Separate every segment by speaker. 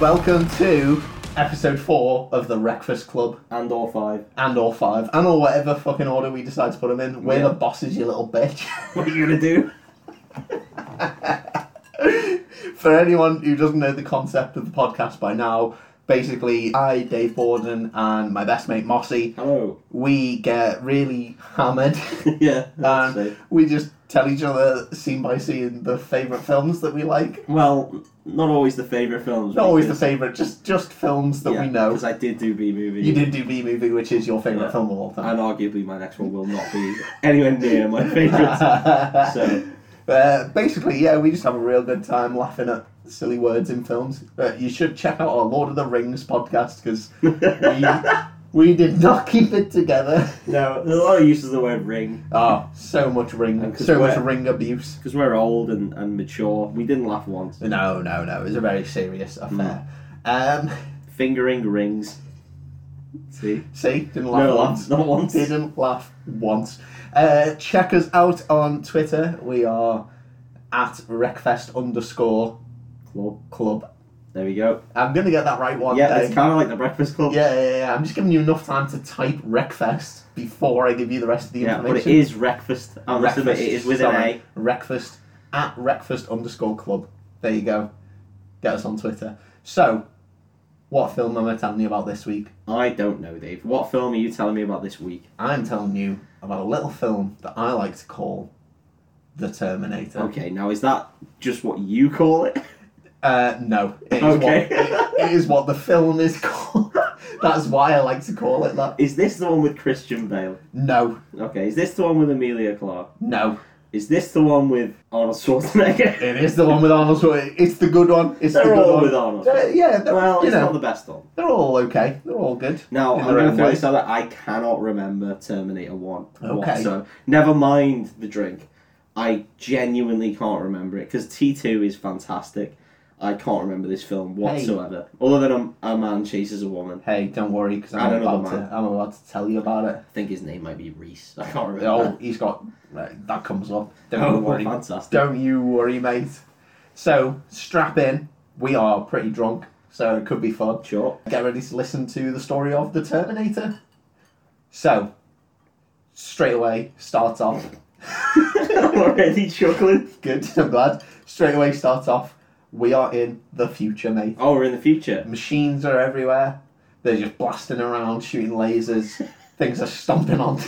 Speaker 1: Welcome to episode four of the Breakfast Club
Speaker 2: and or five.
Speaker 1: and or five and or whatever fucking order we decide to put them in. We're
Speaker 2: Yeah.
Speaker 1: the bosses, you little bitch.
Speaker 2: What are you gonna do?
Speaker 1: For anyone who doesn't know the concept of the podcast by now, basically I, Dave Borden, and my best mate Mossy,
Speaker 2: Hello.
Speaker 1: we get really hammered.
Speaker 2: yeah.
Speaker 1: Um,
Speaker 2: that's it.
Speaker 1: we just tell each other scene by scene the favourite films that we like.
Speaker 2: Well, not always the favorite films.
Speaker 1: Not always the favourite, just just films that we know.
Speaker 2: Because I did do B movie.
Speaker 1: You did do B movie, which is your favourite
Speaker 2: Yeah.
Speaker 1: film of all time.
Speaker 2: And arguably, my next one will not be anywhere near my favorite. so
Speaker 1: Uh, basically, yeah, we just have a real good time laughing at silly words in films. Uh, you should check out our Lord of the Rings podcast because we, we did not keep it together.
Speaker 2: no, there's a lot of uses of the word ring
Speaker 1: Oh, so much ring,
Speaker 2: And 'cause
Speaker 1: so much
Speaker 2: we're-
Speaker 1: ring abuse.
Speaker 2: because we're old and, and mature. We didn't laugh once.
Speaker 1: No, no, no, it's a very serious
Speaker 2: Hmm.
Speaker 1: affair. Um,
Speaker 2: Fingering rings. See.
Speaker 1: see, didn't laugh
Speaker 2: No,
Speaker 1: once.
Speaker 2: once, not once.
Speaker 1: Didn't laugh once. Uh, check us out on Twitter. We are at Wreckfest underscore
Speaker 2: Club.
Speaker 1: club.
Speaker 2: There we go.
Speaker 1: I'm gonna get that right one
Speaker 2: yeah,
Speaker 1: day.
Speaker 2: it's kind of like the Breakfast Club.
Speaker 1: Yeah, yeah, yeah. I'm just giving you enough time to type Wreckfest before I give you the rest of the
Speaker 2: Yeah, but it
Speaker 1: information.
Speaker 2: is breakfast. I must admit, it is with an
Speaker 1: Wreckfest at Wreckfest underscore club. There you go. Get us on Twitter. So, what film am I telling you about this week?
Speaker 2: A. I don't know, Dave. What film are you telling me about this week?
Speaker 1: I'm telling you about a little film that I like to call The Terminator.
Speaker 2: Okay, now is that just what you call it?
Speaker 1: Uh, no. It is
Speaker 2: Okay.
Speaker 1: What, it is what the film is called. That's why I like to call it that.
Speaker 2: Is this the one with Christian Bale?
Speaker 1: No,
Speaker 2: Okay, is this the one with Amelia Clark?
Speaker 1: no.
Speaker 2: Is this the one with Arnold Schwarzenegger?
Speaker 1: It is the one with Arnold Schwarzenegger. It's the good one. It's the
Speaker 2: They're
Speaker 1: good
Speaker 2: all
Speaker 1: one.
Speaker 2: with Arnold.
Speaker 1: Uh, yeah, they're,
Speaker 2: well,
Speaker 1: you
Speaker 2: it's
Speaker 1: know,
Speaker 2: not the best one.
Speaker 1: they're all okay. They're all good.
Speaker 2: Now,
Speaker 1: In
Speaker 2: I'm
Speaker 1: their
Speaker 2: going
Speaker 1: own
Speaker 2: to throw
Speaker 1: way.
Speaker 2: this out that I cannot remember Terminator 1.
Speaker 1: Okay.
Speaker 2: whatsoever. never mind the drink. I genuinely can't remember it because T2 is fantastic. I can't remember this film whatsoever. Other than a, a man chases a woman.
Speaker 1: Hey, don't worry because
Speaker 2: I
Speaker 1: I'm
Speaker 2: don't know
Speaker 1: about
Speaker 2: the man.
Speaker 1: to. I'm about to tell you about it.
Speaker 2: I think his name might be Reese. I can't remember.
Speaker 1: Oh, he's got right, that comes up. Don't
Speaker 2: Oh,
Speaker 1: you worry.
Speaker 2: fantastic.
Speaker 1: Don't you worry, mate. So strap in. We are pretty drunk, so it could be fun.
Speaker 2: Sure.
Speaker 1: Get ready to listen to the story of the Terminator. So, straight away, starts off.
Speaker 2: I'm already chuckling.
Speaker 1: Good, I'm glad. Straight away, starts off. We are in the future, mate.
Speaker 2: Oh, we're in the future.
Speaker 1: machines are everywhere. They're just blasting around, shooting lasers. Things are stomping on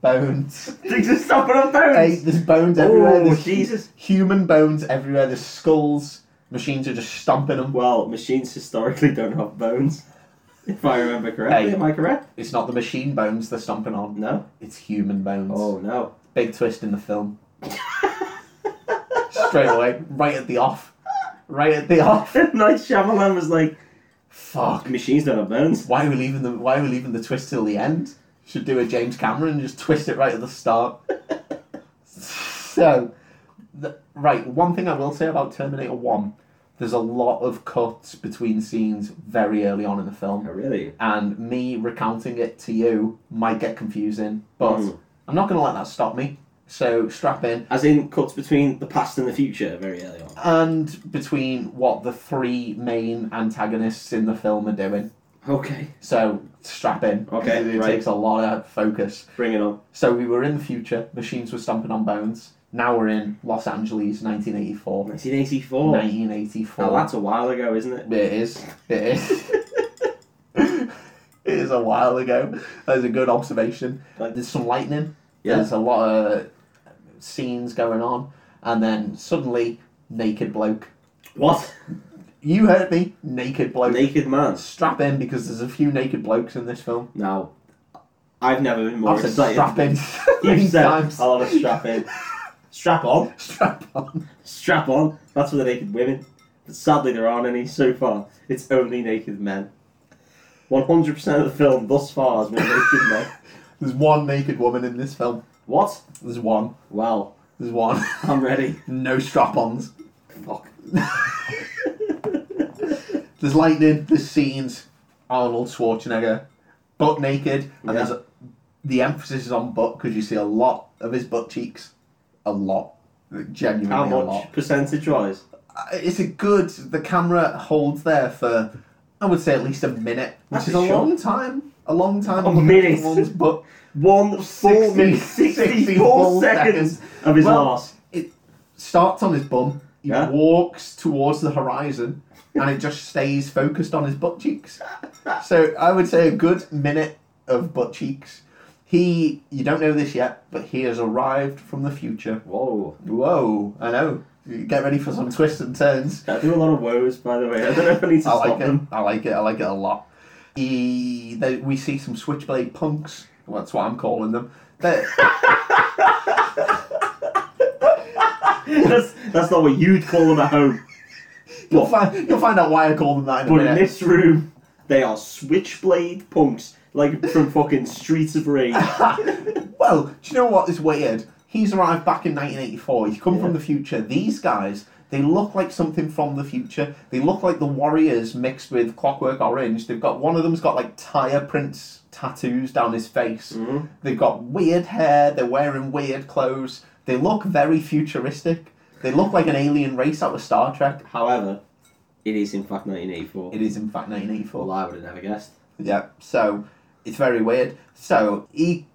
Speaker 1: bones.
Speaker 2: Things are stopping on
Speaker 1: Hey,
Speaker 2: phones.
Speaker 1: there's bones everywhere.
Speaker 2: Oh,
Speaker 1: There's
Speaker 2: Jesus.
Speaker 1: Human bones everywhere. There's skulls. Machines are just stomping them.
Speaker 2: Well, machines historically don't have bones. If I remember correctly.
Speaker 1: Hey.
Speaker 2: Am I correct?
Speaker 1: It's not the machine bones they're stomping on.
Speaker 2: No.
Speaker 1: It's human bones.
Speaker 2: Oh, no.
Speaker 1: Big twist in the film. Straight away, right at the off. Right at the off.
Speaker 2: Night Shyamalan was like,
Speaker 1: Fuck.
Speaker 2: machines don't have bones.
Speaker 1: Why are we leaving the Why are we leaving the twist till the end? Should do a James Cameron and just twist it right at the start. so, the, right, one thing I will say about Terminator One, there's a lot of cuts between scenes very early on in the
Speaker 2: Oh,
Speaker 1: film,
Speaker 2: really?
Speaker 1: and me recounting it to you might get confusing. But
Speaker 2: Mm.
Speaker 1: I'm not going to let that stop me. So strap in.
Speaker 2: As in cuts between the past and the future very early on.
Speaker 1: And between what the three main antagonists in the film are doing.
Speaker 2: Okay.
Speaker 1: So strap in.
Speaker 2: Okay,
Speaker 1: It,
Speaker 2: right.
Speaker 1: takes a lot of focus.
Speaker 2: Bring it on.
Speaker 1: So we were in the future. Machines were stomping on bones. Now we're in Los Angeles, 1984.
Speaker 2: 1984.
Speaker 1: 1984.
Speaker 2: Oh. Now, that's a while ago, isn't it?
Speaker 1: It is. It is. it is a while ago. That was a good observation.
Speaker 2: Like-
Speaker 1: There's some lightning.
Speaker 2: Yeah.
Speaker 1: There's a lot of scenes going on, and then suddenly, naked bloke.
Speaker 2: What?
Speaker 1: You heard me. Naked bloke.
Speaker 2: Naked man.
Speaker 1: Strap in because there's a few naked blokes in this film.
Speaker 2: Now, I've never been more
Speaker 1: I've said
Speaker 2: excited.
Speaker 1: strap in.
Speaker 2: You've
Speaker 1: Many
Speaker 2: said oh.
Speaker 1: times.
Speaker 2: I'll have a strap in. strap on.
Speaker 1: Strap on.
Speaker 2: Strap on. That's for the naked women. But sadly, there aren't any so far. It's only naked men. 100% of the film thus far has been naked men.
Speaker 1: There's one naked woman in this film.
Speaker 2: What?
Speaker 1: There's one.
Speaker 2: Well,
Speaker 1: There's one.
Speaker 2: I'm ready.
Speaker 1: no strap-ons.
Speaker 2: Fuck.
Speaker 1: There's lightning. There's scenes. Arnold Schwarzenegger, butt naked, and
Speaker 2: Yeah.
Speaker 1: there's the emphasis is on butt because you see a lot of his butt cheeks. A lot, genuinely
Speaker 2: How
Speaker 1: a lot. Uh,
Speaker 2: much percentage wise?
Speaker 1: it's a good. The camera holds there for, I would say, at least a minute, which
Speaker 2: That's
Speaker 1: is
Speaker 2: a
Speaker 1: a
Speaker 2: shot.
Speaker 1: long time. A long time.
Speaker 2: A
Speaker 1: looking
Speaker 2: minute.
Speaker 1: at One's butt.
Speaker 2: One full
Speaker 1: 60
Speaker 2: minute,
Speaker 1: 64
Speaker 2: 64 seconds of his
Speaker 1: Well,
Speaker 2: loss.
Speaker 1: It starts on his bum. He
Speaker 2: Yeah.
Speaker 1: walks towards the horizon, and it just stays focused on his butt cheeks. So I would say a good minute of butt cheeks. He, you don't know this yet, but he has arrived from the future.
Speaker 2: Whoa.
Speaker 1: Whoa, I know. Get ready for some twists and turns.
Speaker 2: I do a lot of woes, by the way. I don't know if I need to
Speaker 1: I
Speaker 2: stop
Speaker 1: like it.
Speaker 2: them.
Speaker 1: I like it. I like it a lot. He, they, we see some switchblade punks. Well, that's what I'm calling them. They're,
Speaker 2: That's, that's not what you'd call them at home.
Speaker 1: you'll, find, you'll find out why I call them that in a
Speaker 2: But in
Speaker 1: minute.
Speaker 2: this room, they are switchblade punks, like from fucking Streets of Rage.
Speaker 1: Well, do you know what is weird? He's arrived back in 1984. He's come
Speaker 2: Yeah.
Speaker 1: from the future. These guys, they look like something from the future. They look like the Warriors mixed with Clockwork Orange. They've got one of them's got like tire prints tattoos down his face. They've got weird hair. They're wearing weird clothes. They look very futuristic. They look like an alien race out of Star Trek.
Speaker 2: However, it is in fact 1984.
Speaker 1: It is in fact 1984.
Speaker 2: Well, I would have never guessed.
Speaker 1: Yeah, so it's very weird. So he.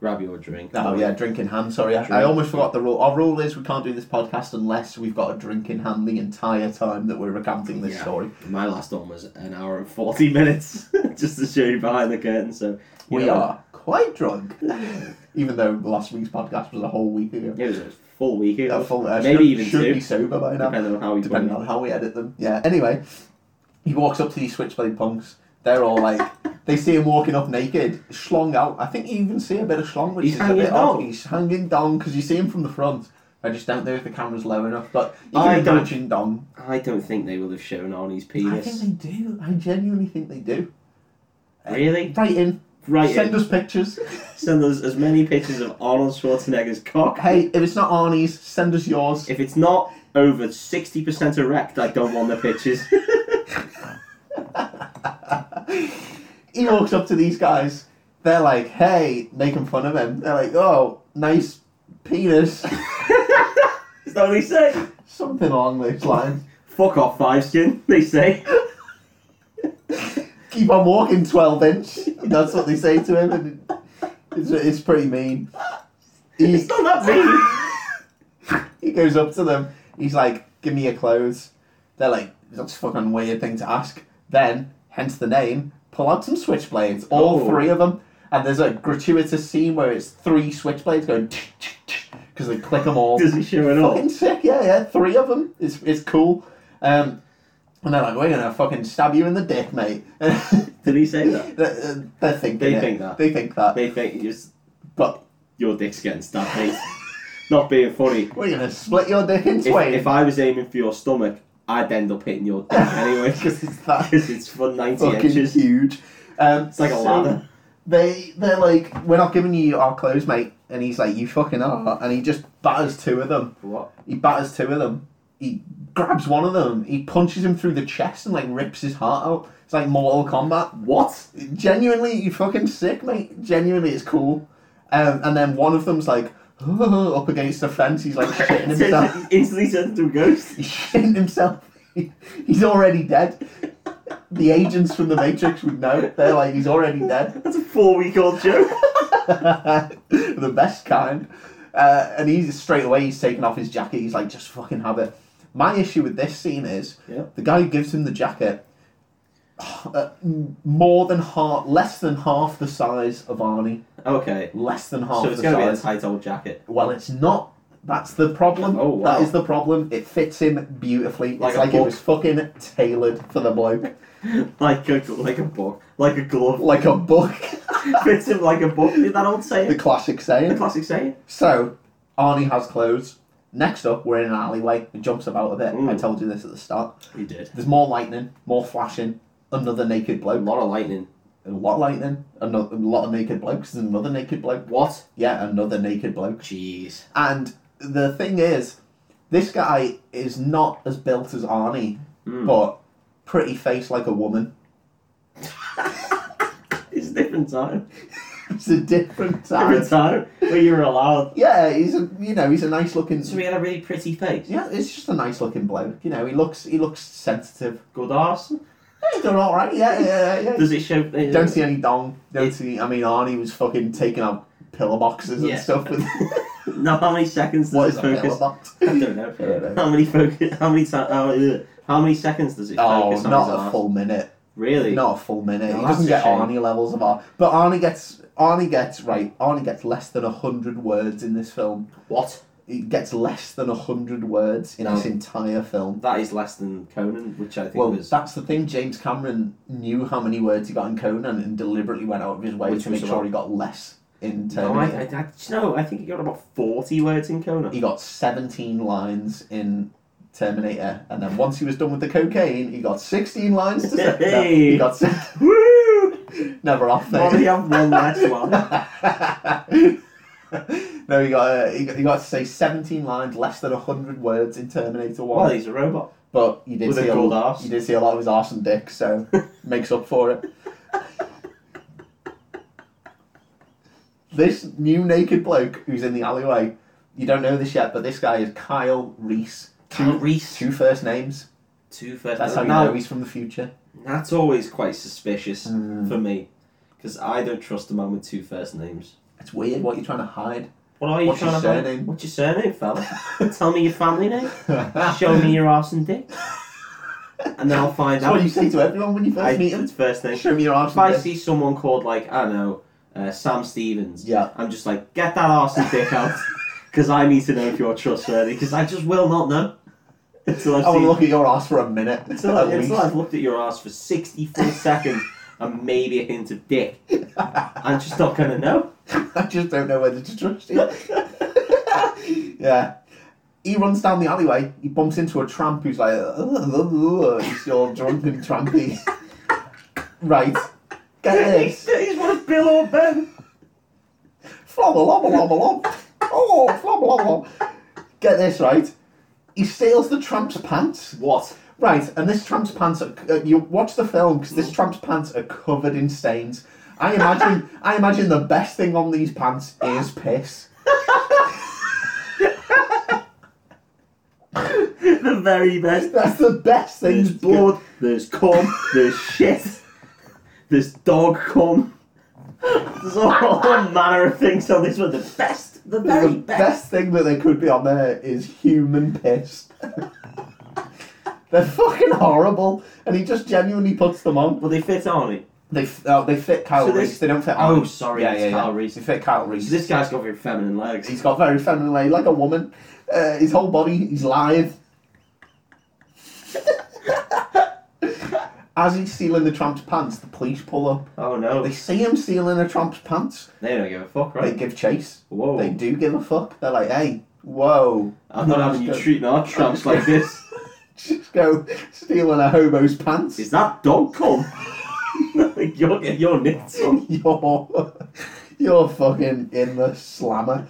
Speaker 2: Grab your drink.
Speaker 1: Oh, yeah, drink in hand. Sorry, I, I
Speaker 2: Drink.
Speaker 1: almost forgot the rule. Our rule is we can't do this podcast unless we've got a drink in hand the entire time that we're recounting this
Speaker 2: Yeah.
Speaker 1: story.
Speaker 2: My last one was an hour and 40 minutes, just to show you behind the curtain. So you
Speaker 1: We
Speaker 2: know,
Speaker 1: are quite drunk, even though last week's podcast was a whole week ago.
Speaker 2: It was a full week ago.
Speaker 1: Yeah, full- uh,
Speaker 2: Maybe
Speaker 1: should,
Speaker 2: even
Speaker 1: should
Speaker 2: two.
Speaker 1: be sober by now.
Speaker 2: Depending on how we put
Speaker 1: depending
Speaker 2: it.
Speaker 1: on how we edit them. Yeah. Anyway, he walks up to these switchblade punks. They're all like, they see him walking up naked, schlong out. I think you even see a bit of schlong, which
Speaker 2: He's
Speaker 1: is a
Speaker 2: hanging
Speaker 1: bit odd.
Speaker 2: down.
Speaker 1: He's hanging down because you see him from the front. I just don't know if the camera's low enough, but you
Speaker 2: I
Speaker 1: can
Speaker 2: don't-
Speaker 1: imagine Dong.
Speaker 2: I don't think they will have shown Arnie's
Speaker 1: I
Speaker 2: penis.
Speaker 1: think they do. I genuinely think they do.
Speaker 2: Really?
Speaker 1: Right in.
Speaker 2: Right.
Speaker 1: Send
Speaker 2: Send us,
Speaker 1: us pictures.
Speaker 2: send us as many pictures of Arnold Schwarzenegger's cock.
Speaker 1: hey, if it's not Arnie's, send us yours.
Speaker 2: If it's not over 60% erect, I don't want the pictures.
Speaker 1: he walks up to these guys. They're like, hey, making fun of him. They're like, oh, nice penis.
Speaker 2: Is that what they say?
Speaker 1: Something along those lines.
Speaker 2: Fuck off, Five Skin, they say.
Speaker 1: keep on walking 12 inch. That's what they say to him, and it's, it's pretty mean. He,
Speaker 2: It's not that mean.
Speaker 1: he goes up to them, he's like, Give me your clothes. They're like, That's a fucking weird thing to ask. Then, hence the name, pull out some switchblades, all
Speaker 2: Oh.
Speaker 1: three of them. And there's a gratuitous scene where it's three switchblades going because they click them all.
Speaker 2: Does he show it all?
Speaker 1: fucking sick. Yeah, yeah, three of them. It's it's cool. Um, and they're like, we're gonna fucking stab you in the dick, mate.
Speaker 2: Did he say that?
Speaker 1: They're, uh, they're thinking
Speaker 2: They
Speaker 1: it.
Speaker 2: think that.
Speaker 1: They think that.
Speaker 2: They think you just,
Speaker 1: but
Speaker 2: your dick's getting stabbed, mate. not being funny.
Speaker 1: we're gonna split your dick in
Speaker 2: If,
Speaker 1: twain.
Speaker 2: if I was aiming for your stomach, I'd end up hitting your dick anyway.
Speaker 1: because it's that
Speaker 2: Because it's for 90
Speaker 1: fucking
Speaker 2: inches.
Speaker 1: huge. Um,
Speaker 2: It's like a ladder.
Speaker 1: They they're like, we're not giving you our clothes, mate. And he's like, you fucking are. And he just batters two of them.
Speaker 2: What?
Speaker 1: He batters two of them. He grabs one of them. He punches him through the chest and like rips his heart out. It's like Mortal Kombat.
Speaker 2: What?
Speaker 1: genuinely, you fucking sick, mate. Genuinely, it's cool. Um, and then one of them's like up against the fence. He's like shitting himself.
Speaker 2: Instantly turned into a ghost.
Speaker 1: He's shitting himself. He's already dead. The agents from the Matrix would know. They're like, he's already dead.
Speaker 2: That's a four week old joke.
Speaker 1: the best kind. Uh, and he's straight away. He's taking off his jacket. He's like, just fucking have it. My issue with this scene is
Speaker 2: Yeah.
Speaker 1: the guy who gives him the jacket. Uh, more than half, less than half the size of Arnie.
Speaker 2: Okay.
Speaker 1: less than half
Speaker 2: So it's
Speaker 1: the
Speaker 2: going to be a
Speaker 1: size.
Speaker 2: tight old jacket.
Speaker 1: well, it's not. That's the problem.
Speaker 2: Oh, wow.
Speaker 1: That is the problem. It fits him beautifully.
Speaker 2: Like
Speaker 1: it's
Speaker 2: a
Speaker 1: like it
Speaker 2: book.
Speaker 1: was fucking tailored for the bloke,
Speaker 2: Like a, like a book. Like a glove.
Speaker 1: like a book.
Speaker 2: Fits him like a book. Did that old
Speaker 1: the
Speaker 2: saying?
Speaker 1: classic
Speaker 2: The
Speaker 1: saying.
Speaker 2: classic saying?
Speaker 1: So, Arnie has clothes. Next up, we're in an alleyway. It jumps about a bit. I
Speaker 2: Mm.
Speaker 1: told you this at the start.
Speaker 2: You did.
Speaker 1: There's more lightning, more flashing. Another naked
Speaker 2: A
Speaker 1: bloke.
Speaker 2: lot of lightning.
Speaker 1: A lot of lightning. Another a lot of naked blokes. There's another naked bloke.
Speaker 2: What?
Speaker 1: Yeah, another naked bloke.
Speaker 2: Jeez.
Speaker 1: And the thing is, this guy is not as built as Arnie,
Speaker 2: Hmm.
Speaker 1: but pretty face like a woman.
Speaker 2: It's a different time.
Speaker 1: it's a different
Speaker 2: Every
Speaker 1: time.
Speaker 2: time where you were allowed.
Speaker 1: Yeah, he's a you know he's a nice looking.
Speaker 2: So he had a really pretty face.
Speaker 1: Yeah, it's just a nice looking bloke. You know, he looks he looks sensitive.
Speaker 2: Good arse.
Speaker 1: Yeah, he's doing all right. Yeah, yeah, yeah. yeah.
Speaker 2: Does it show? uh,
Speaker 1: Don't see any dong. Don't
Speaker 2: It-
Speaker 1: see. I mean, Arnie was fucking taking out pillar boxes and
Speaker 2: Yeah.
Speaker 1: stuff. With
Speaker 2: No, how many seconds does
Speaker 1: what is
Speaker 2: it
Speaker 1: a pillar
Speaker 2: focus?
Speaker 1: box?
Speaker 2: I don't know.
Speaker 1: I don't know.
Speaker 2: How many focus? How many times? How, ugh. how many seconds does it
Speaker 1: Oh,
Speaker 2: focus on his
Speaker 1: not a
Speaker 2: arse?
Speaker 1: full minute.
Speaker 2: Really?
Speaker 1: Not a full minute.
Speaker 2: No,
Speaker 1: he
Speaker 2: that's
Speaker 1: doesn't
Speaker 2: a
Speaker 1: get
Speaker 2: shame.
Speaker 1: Arnie levels of Arnie. But Arnie gets Arnie gets right. Arnie gets less than hundred words in this film.
Speaker 2: What?
Speaker 1: He gets less than hundred words in
Speaker 2: No.
Speaker 1: this entire film.
Speaker 2: That is less than Conan, which I think
Speaker 1: Well,
Speaker 2: was
Speaker 1: that's the thing. James Cameron knew how many words he got in Conan and deliberately went out of his way
Speaker 2: Which
Speaker 1: to
Speaker 2: was
Speaker 1: make sure
Speaker 2: about-
Speaker 1: he got less in
Speaker 2: No, I,
Speaker 1: Terminator.
Speaker 2: I, I, no, I think he got about 40 words in Conan.
Speaker 1: He got 17 lines in Terminator, and then once he was done with the cocaine, he got 16 lines to set. no,
Speaker 2: Hey.
Speaker 1: he got se-
Speaker 2: Woo!
Speaker 1: never off
Speaker 2: Why do
Speaker 1: there.
Speaker 2: you have one last one?
Speaker 1: no, he got uh, he got, he got to say 17 lines, less than 100 words in Terminator One.
Speaker 2: Well, he's a robot.
Speaker 1: but you did
Speaker 2: With a
Speaker 1: see a
Speaker 2: gold
Speaker 1: lot.
Speaker 2: arse.
Speaker 1: You did see a lot of his arse and dick, so makes up for it. this new naked bloke who's in the alleyway, you don't know this yet, but this guy is Kyle Reese.
Speaker 2: Kyle
Speaker 1: Two,
Speaker 2: Reese.
Speaker 1: two first names.
Speaker 2: Two first.
Speaker 1: That's how you
Speaker 2: Now,
Speaker 1: know he's from the future.
Speaker 2: That's always quite suspicious
Speaker 1: Mm.
Speaker 2: for me. Because I don't trust a man with two first names.
Speaker 1: It's weird what you're trying to hide.
Speaker 2: What are you
Speaker 1: What's your
Speaker 2: trying to hide?
Speaker 1: surname?
Speaker 2: What's your surname, fella? Tell me your family name.
Speaker 1: Ah.
Speaker 2: Show me your arse and dick. And then I'll find
Speaker 1: That's
Speaker 2: out.
Speaker 1: what you say to everyone when you first
Speaker 2: I,
Speaker 1: meet him.
Speaker 2: it's first name.
Speaker 1: Show me your arse
Speaker 2: If I
Speaker 1: and dick.
Speaker 2: see someone called like I don't know uh, Sam Stevens,
Speaker 1: Yeah.
Speaker 2: I'm just like get that arse and dick out because I need to know if you're trustworthy because I just will not know until I've
Speaker 1: I want
Speaker 2: seen
Speaker 1: to look at your ass for a minute.
Speaker 2: until, I,
Speaker 1: at
Speaker 2: until
Speaker 1: least.
Speaker 2: I've looked at your arse for 64 seconds and maybe a hint of dick. I'm just not gonna know.
Speaker 1: I just don't know whether to trust you. yeah. He runs down the alleyway. He bumps into a tramp who's like, "Ugh, he's all drunk and trampy. right. Get
Speaker 2: He's,
Speaker 1: this.
Speaker 2: he's one of Bill or Ben.
Speaker 1: Flobblobblobbloblob. Oh, flobblobblob. Get this, right. He steals the tramp's pants.
Speaker 2: What?
Speaker 1: Right, and this tramp's pants are. Uh, you watch the film because
Speaker 2: Mm.
Speaker 1: this tramp's pants are covered in stains. I imagine. I imagine the best thing on these pants is piss.
Speaker 2: the very best.
Speaker 1: That's the best thing.
Speaker 2: There's blood. There's cum. There's shit. There's dog cum. There's all, all manner of things on this one. The best. The very
Speaker 1: The
Speaker 2: best.
Speaker 1: best thing that they could be on there is human piss. They're fucking horrible, and he just genuinely puts them on.
Speaker 2: Well, they fit on it.
Speaker 1: They f- oh, they fit Kyle
Speaker 2: So this-
Speaker 1: Reese. They don't fit.
Speaker 2: Oh,
Speaker 1: Arnie.
Speaker 2: sorry, it's Kyle Reese.
Speaker 1: They fit Kyle Reese.
Speaker 2: So this guy's got very feminine legs.
Speaker 1: He's got very feminine, leg, like a woman. Uh, his whole body, he's lithe. As he's stealing the tramp's pants, the police pull up.
Speaker 2: oh no,
Speaker 1: They
Speaker 2: they,
Speaker 1: see him stealing a tramp's pants.
Speaker 2: don't give a fuck,
Speaker 1: They
Speaker 2: right?
Speaker 1: give chase.
Speaker 2: Whoa,
Speaker 1: They do give a fuck. They're like, hey, whoa.
Speaker 2: I'm not having you treating our tramps like this.
Speaker 1: Just go stealing a hobo's pants.
Speaker 2: Is that dog cum? you're you're nipped on.
Speaker 1: You're, you're fucking in the slammer.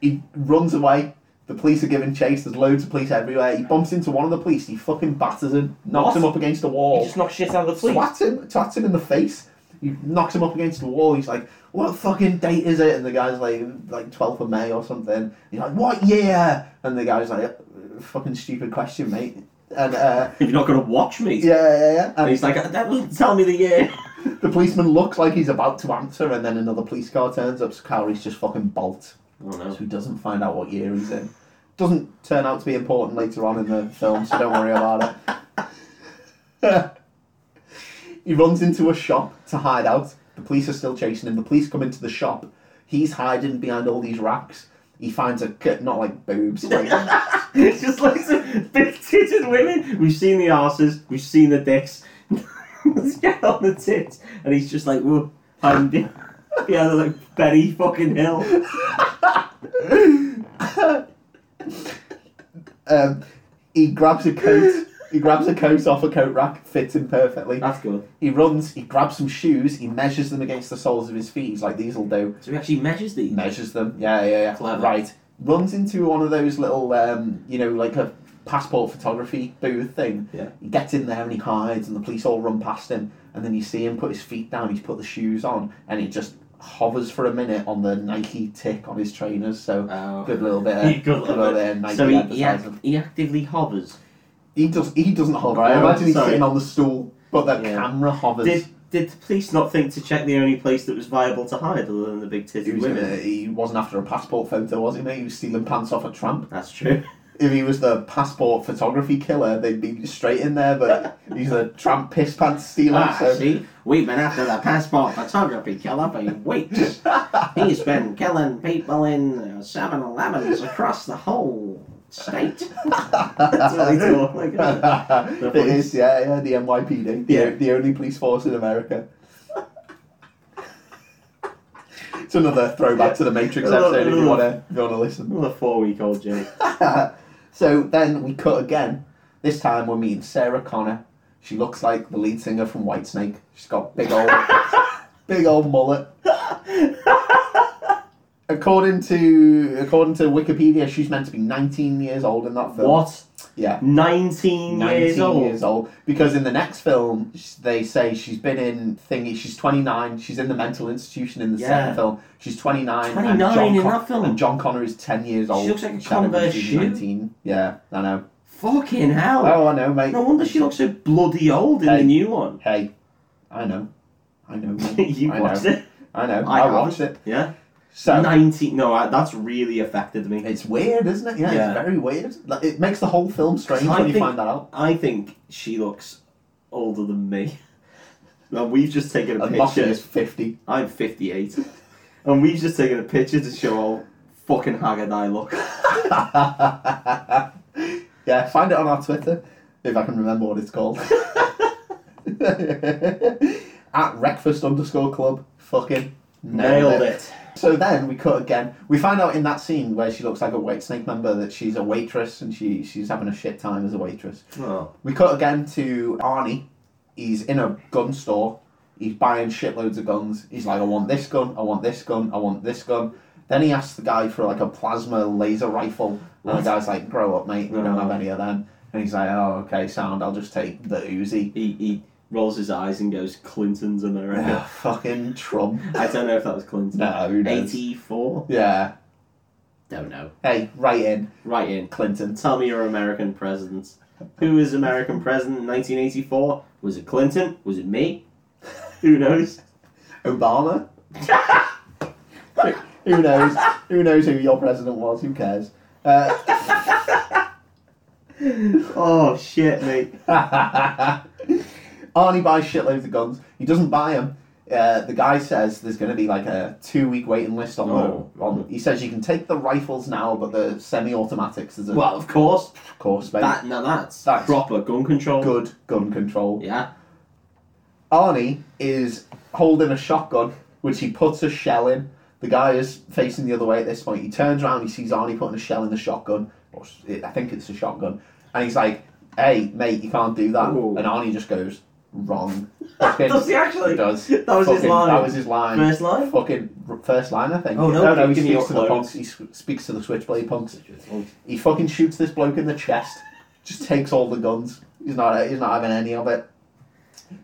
Speaker 1: he runs away. The police are giving chase. There's loads of police everywhere. He bumps into one of the police. He fucking batters him, knocks
Speaker 2: What?
Speaker 1: him up against a wall,
Speaker 2: You just knock shit out of the fleet.
Speaker 1: swats him, twats him in the face. He knocks him up against the wall. He's like, "What fucking date is it?" And the guy's like, "Like 12th of May or something." He's like, "What year?" And the guy's like, "Fucking stupid question, mate." And uh,
Speaker 2: You're not gonna watch me.
Speaker 1: yeah, yeah, yeah.
Speaker 2: And
Speaker 1: And
Speaker 2: he's like, that doesn't tell me the year.
Speaker 1: The policeman looks like he's about to answer, and then another police car turns up. So Cowrie's just fucking bolt,
Speaker 2: Oh
Speaker 1: so
Speaker 2: no.
Speaker 1: he doesn't find out what year he's in. Doesn't turn out to be important later on in the film, so don't worry about it. he runs into a shop to hide out. The police are still chasing him. The police come into the shop. He's hiding behind all these racks. He finds a c- not like boobs, like
Speaker 2: It's just like some big titted women. We've seen the asses, we've seen the dicks. Let's get on the tits. And he's just like, whoa, I'm de- yeah, they're like Betty fucking Hill.
Speaker 1: um, he grabs a coat. He grabs a coat off a coat rack, fits him perfectly.
Speaker 2: That's good.
Speaker 1: He runs, he grabs some shoes, he measures them against the soles of his feet. He's like, these'll do.
Speaker 2: So he actually measures
Speaker 1: He
Speaker 2: these.
Speaker 1: measures them. Yeah, yeah, yeah.
Speaker 2: Clever.
Speaker 1: Right. Runs into one of those little, um, you know, like a passport photography booth thing.
Speaker 2: Yeah.
Speaker 1: He gets in there and he hides, and the police all run past him. And then you see him put his feet down. He's put the shoes on, and he just hovers for a minute on the Nike tick on his trainers. So
Speaker 2: Oh.
Speaker 1: good little bit.
Speaker 2: Good
Speaker 1: Of, good
Speaker 2: little
Speaker 1: little
Speaker 2: bit.
Speaker 1: bit of Nike
Speaker 2: So he, he,
Speaker 1: advertising.
Speaker 2: act- he actively hovers.
Speaker 1: He does. He doesn't hover. I
Speaker 2: Oh,
Speaker 1: imagine he's
Speaker 2: sorry.
Speaker 1: sitting on the stool, but the
Speaker 2: Yeah.
Speaker 1: camera hovers.
Speaker 2: Did did the police not think to check the only place that was viable to hide other than the big
Speaker 1: he,
Speaker 2: titted
Speaker 1: was
Speaker 2: women?
Speaker 1: gonna- he wasn't after a passport photo, was he, mate? He was stealing pants off a tramp.
Speaker 2: That's true.
Speaker 1: If he was the passport photography killer, they'd be straight in there, but he's a tramp piss pants stealer.
Speaker 2: Ah,
Speaker 1: so.
Speaker 2: see, we've been after the passport photography killer for weeks. He's been killing people in 7 Elevens across the whole state. That's what they talk like. isn't it?
Speaker 1: it is, yeah, yeah, the NYPD, the,
Speaker 2: Yeah.
Speaker 1: the only police force in America. it's another throwback to the Matrix
Speaker 2: Another-
Speaker 1: episode if you want
Speaker 2: another-
Speaker 1: to you wanna listen.
Speaker 2: Another four week old joke.
Speaker 1: so then we cut again. This time we're meeting Sarah Connor. She looks like the lead singer from Whitesnake. She's got big old, big old mullet. according to according to Wikipedia, she's meant to be 19 years old in that film.
Speaker 2: What?
Speaker 1: Yeah.
Speaker 2: 19,
Speaker 1: 19
Speaker 2: years old?
Speaker 1: because in the next film sh- they say she's been in thingy she's 29 she's in the mental institution in the
Speaker 2: Yeah.
Speaker 1: second film she's 29 and
Speaker 2: 29
Speaker 1: John
Speaker 2: in
Speaker 1: Con-
Speaker 2: that film?
Speaker 1: and John Connor is 10 years old
Speaker 2: looks like a
Speaker 1: She's had her
Speaker 2: Converse
Speaker 1: since
Speaker 2: shoe.
Speaker 1: 19. yeah I know
Speaker 2: Fucking hell.
Speaker 1: oh I know mate
Speaker 2: No wonder she looks so bloody old in
Speaker 1: Hey.
Speaker 2: the new one.
Speaker 1: hey I know I know mate.
Speaker 2: you
Speaker 1: I
Speaker 2: watched
Speaker 1: know.
Speaker 2: it?
Speaker 1: I know
Speaker 2: I
Speaker 1: I, watched
Speaker 2: haven't.
Speaker 1: it
Speaker 2: Yeah.
Speaker 1: so
Speaker 2: 19. No, I, that's really affected me.
Speaker 1: it's weird isn't it yeah,
Speaker 2: Yeah.
Speaker 1: it's very weird Like, it makes the whole film strange
Speaker 2: I
Speaker 1: when you
Speaker 2: think-
Speaker 1: find that out
Speaker 2: I think she looks older than me. And we've just taken a
Speaker 1: and Mossy
Speaker 2: picture.
Speaker 1: is 50
Speaker 2: I'm 58. And we've just taken a picture to show how fucking haggard I look.
Speaker 1: yeah, find it on our Twitter if I can remember what it's called. At breakfast underscore club, fucking nailed,
Speaker 2: Nailed
Speaker 1: it.
Speaker 2: it.
Speaker 1: So then we cut again. We find out in that scene where she looks like a White Snake member that she's a waitress and she she's having a shit time as a waitress.
Speaker 2: Oh.
Speaker 1: We cut again to Arnie. He's in a gun store. He's buying shitloads of guns. He's like, I want this gun, I want this gun, I want this gun. Then he asks the guy for like a plasma laser rifle. And the
Speaker 2: What?
Speaker 1: guy's like, grow up, mate, we don't
Speaker 2: No.
Speaker 1: have any of them. And he's like, oh, okay, sound, I'll just take the Uzi.
Speaker 2: He, he rolls his eyes and goes, Clinton's America.
Speaker 1: Ugh, fucking Trump.
Speaker 2: I don't know if that was Clinton.
Speaker 1: No, who knows?
Speaker 2: 84?
Speaker 1: Yeah.
Speaker 2: Don't know.
Speaker 1: Hey, write in,
Speaker 2: Right in.
Speaker 1: Clinton.
Speaker 2: Tell me your American presidents. Who was American president in 1984? Was it Clinton? Was it me? Who knows?
Speaker 1: Obama? who knows? Who knows who your president was? Who cares? Uh,
Speaker 2: oh shit, mate.
Speaker 1: Arnie buys shitloads of guns. He doesn't buy them. Uh, the guy says there's going to be like a two week waiting list on
Speaker 2: Oh.
Speaker 1: the. On, he says you can take the rifles now, but the semi automatics is a
Speaker 2: Well, of course.
Speaker 1: course, mate.
Speaker 2: That now that's,
Speaker 1: That's-
Speaker 2: proper gun control.
Speaker 1: Good gun control.
Speaker 2: Yeah.
Speaker 1: Arnie is holding a shotgun, which he puts a shell in. The guy is facing the other way at this point. He turns around, he sees Arnie putting a shell in the shotgun. Or s- I think it's a shotgun. And he's like, hey, mate, you can't do that.
Speaker 2: Ooh.
Speaker 1: And Arnie just goes, wrong. Fucking-
Speaker 2: Does he actually?
Speaker 1: He does.
Speaker 2: That was his
Speaker 1: Fucking-
Speaker 2: line.
Speaker 1: That was his line.
Speaker 2: First line?
Speaker 1: Fucking r- first line, I think.
Speaker 2: Oh, no,
Speaker 1: no, he
Speaker 2: give me your
Speaker 1: speaks to the
Speaker 2: clothes.
Speaker 1: punks. He s- speaks to the switchblade punks. He fucking shoots this bloke in the chest. Just takes all the guns. He's not. He's not having any of it.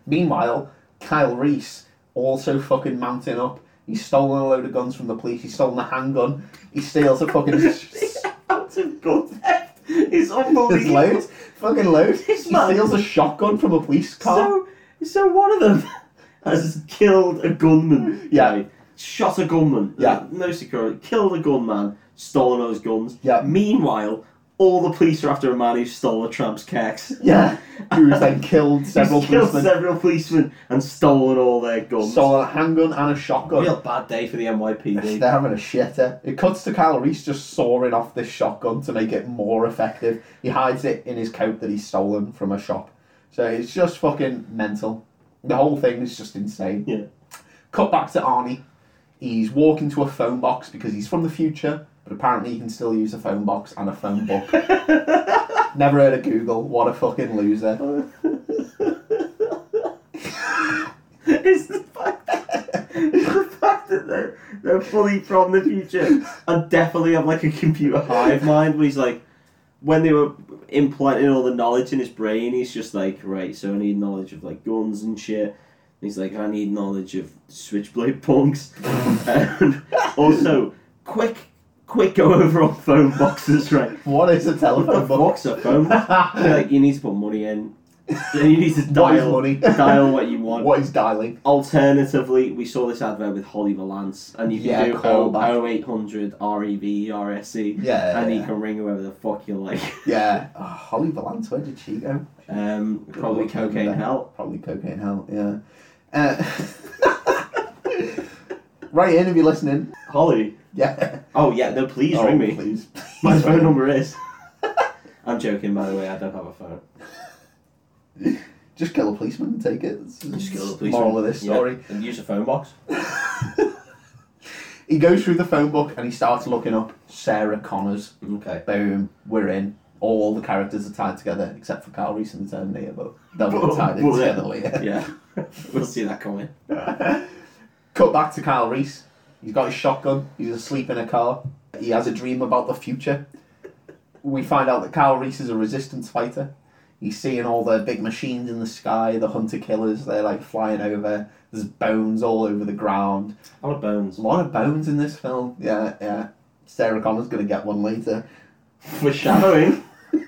Speaker 1: Meanwhile, Kyle Reese also fucking mounting up. He's stolen a load of guns from the police. He's stolen a handgun. He steals a fucking. There's
Speaker 2: Out of gun theft. It's unbelievable.
Speaker 1: loads. Fucking loads. He
Speaker 2: This man-
Speaker 1: steals a shotgun from a police car.
Speaker 2: So, so one of them has killed a gunman.
Speaker 1: Yeah.
Speaker 2: Right? Shot a gunman.
Speaker 1: Yeah.
Speaker 2: No security. Killed a gunman. Stolen those guns.
Speaker 1: Yeah.
Speaker 2: Meanwhile, all the police are after a man who stole a tramp's keks.
Speaker 1: yeah. Who was then killed several
Speaker 2: He's killed
Speaker 1: policemen.
Speaker 2: several policemen and stolen all their guns.
Speaker 1: Stolen a handgun and a shotgun.
Speaker 2: Real bad day for the NYPD.
Speaker 1: They're having a shitter. It cuts to Kyle Reese just sawing off this shotgun to make it more effective. He hides it in his coat that he's stolen from a shop. So it's just fucking mental. The whole thing is just insane.
Speaker 2: Yeah.
Speaker 1: Cut back to Arnie. He's walking to a phone box because he's from the future, but apparently he can still use a phone box and a phone book. Never heard of Google. What a fucking loser.
Speaker 2: It's the fact that, it's the fact that they're, they're fully from the future and definitely have like a computer hive mind where he's like, when they were implanting all the knowledge in his brain, he's just like, right, so I need knowledge of like guns and shit. And he's like, I need knowledge of switchblade punks. and also, quick, quick go over on phone boxes, right?
Speaker 1: What is a telephone book?
Speaker 2: box a phone box? They're like, you need to put money in. Then you need to
Speaker 1: What is
Speaker 2: dial,
Speaker 1: money?
Speaker 2: dial what you want.
Speaker 1: What is dialing?
Speaker 2: Alternatively, we saw this advert with Holly Valance, and you can
Speaker 1: Yeah,
Speaker 2: do
Speaker 1: call
Speaker 2: oh,
Speaker 1: back.
Speaker 2: 0800 REV RSE,
Speaker 1: Yeah.
Speaker 2: E, and you
Speaker 1: yeah.
Speaker 2: can ring her wherever the fuck you like.
Speaker 1: yeah. Oh, Holly Valance, where did she go?
Speaker 2: Um, probably
Speaker 1: Good looking
Speaker 2: cocaine
Speaker 1: then.
Speaker 2: hell.
Speaker 1: Probably cocaine hell, yeah. Uh, right in if you're listening.
Speaker 2: Holly.
Speaker 1: Yeah.
Speaker 2: Oh yeah, no, please
Speaker 1: Oh,
Speaker 2: ring me.
Speaker 1: Please.
Speaker 2: My phone number is. I'm joking, by the way. I don't have a phone.
Speaker 1: Just kill a policeman and take it. That's
Speaker 2: Just kill the
Speaker 1: the
Speaker 2: police.
Speaker 1: moral of this story.
Speaker 2: And use a phone box.
Speaker 1: He goes through the phone book and he starts looking up Sarah Connors.
Speaker 2: Okay.
Speaker 1: Boom, we're in. All the characters are tied together except for Carl Reese and the Terminator, but they'll
Speaker 2: But-
Speaker 1: be tied in
Speaker 2: but-
Speaker 1: together later.
Speaker 2: Yeah. we'll see that coming.
Speaker 1: Cut back to Kyle Reese. He's got his shotgun. He's asleep in a car. He has a dream about the future. We find out that Kyle Reese is a resistance fighter. He's seeing all the big machines in the sky, the hunter killers. They're like flying over. There's bones all over the ground.
Speaker 2: A lot of bones.
Speaker 1: There's a lot of bones in this film. Yeah, yeah. Sarah Connor's gonna get one later.
Speaker 2: Foreshadowing.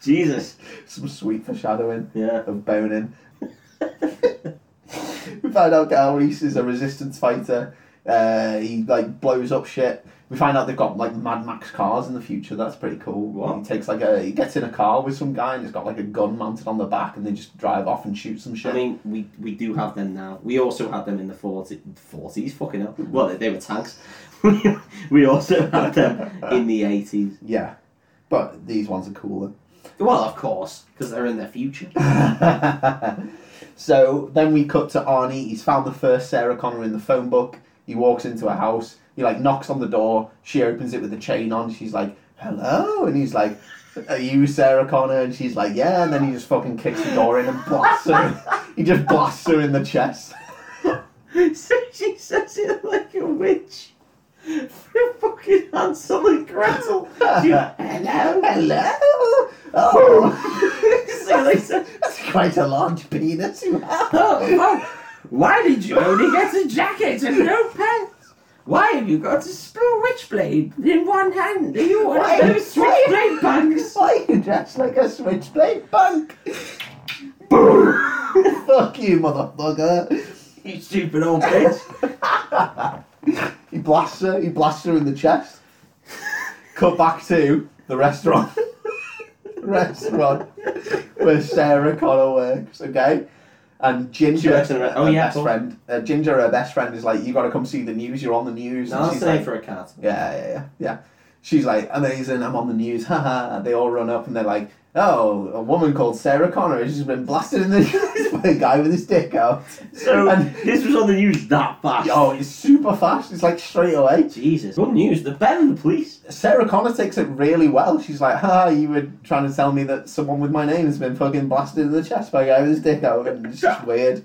Speaker 2: Jesus.
Speaker 1: Some sweet foreshadowing
Speaker 2: Yeah.
Speaker 1: of boning. we find out Kyle Reese is a resistance fighter. Uh, he like blows up shit. We find out they've got like Mad Max cars in the future. That's pretty cool.
Speaker 2: What?
Speaker 1: He takes like a he gets in a car with some guy and he's got like a gun mounted on the back and they just drive off and shoot some
Speaker 2: I
Speaker 1: shit.
Speaker 2: mean, we, we do have them now. We also had them in the 40, 40s, fucking hell. Well, they, they were tanks. we also had them in the 80s.
Speaker 1: yeah, but these ones are cooler.
Speaker 2: Well, of course, because they're in their future.
Speaker 1: so then we cut to Arnie. He's found the first Sarah Connor in the phone book. He walks into a house. He like knocks on the door. She opens it with a chain on. She's like, "Hello," and he's like, "Are you Sarah Connor?" And she's like, "Yeah." And then he just fucking kicks the door in and blasts her. he just blasts her in the chest.
Speaker 2: so she says it like a witch. For fucking Hansel and Gretel. She- Hello,
Speaker 1: Hello. Oh,
Speaker 2: so they said,
Speaker 1: that's quite a large penis you have.
Speaker 2: oh, why- why did you only get a jacket and no pants? Why have you got a switchblade in one hand? Are you one
Speaker 1: Why-
Speaker 2: of those
Speaker 1: why-
Speaker 2: switchblade punks?
Speaker 1: Why are you dressed like a switchblade punk? Fuck you, motherfucker.
Speaker 2: you stupid old bitch.
Speaker 1: He blasts her. He blasts her in the chest. Cut back to the restaurant. restaurant where Sarah Connor works. Okay. And
Speaker 2: She
Speaker 1: Ginger,
Speaker 2: works in a re-
Speaker 1: her
Speaker 2: oh, yeah,
Speaker 1: best
Speaker 2: cool.
Speaker 1: friend, uh, Ginger, her best friend, is like, you got to come see the news. You're on the news.
Speaker 2: No, that's
Speaker 1: she's
Speaker 2: the name
Speaker 1: like,
Speaker 2: for a cat.
Speaker 1: yeah, yeah, yeah, yeah. She's like, amazing, I'm on the news, haha. They all run up and they're like, oh, a woman called Sarah Connor has just been blasted in the news by a guy with his dick out.
Speaker 2: So
Speaker 1: And-
Speaker 2: this was on the news that fast.
Speaker 1: Oh, it's super fast, it's like straight away.
Speaker 2: Jesus. Good news. They're better than the police.
Speaker 1: Sarah Connor takes it really well. She's like, ha, you were trying to tell me that someone with my name has been fucking blasted in the chest by a guy with his dick out, and it's just weird.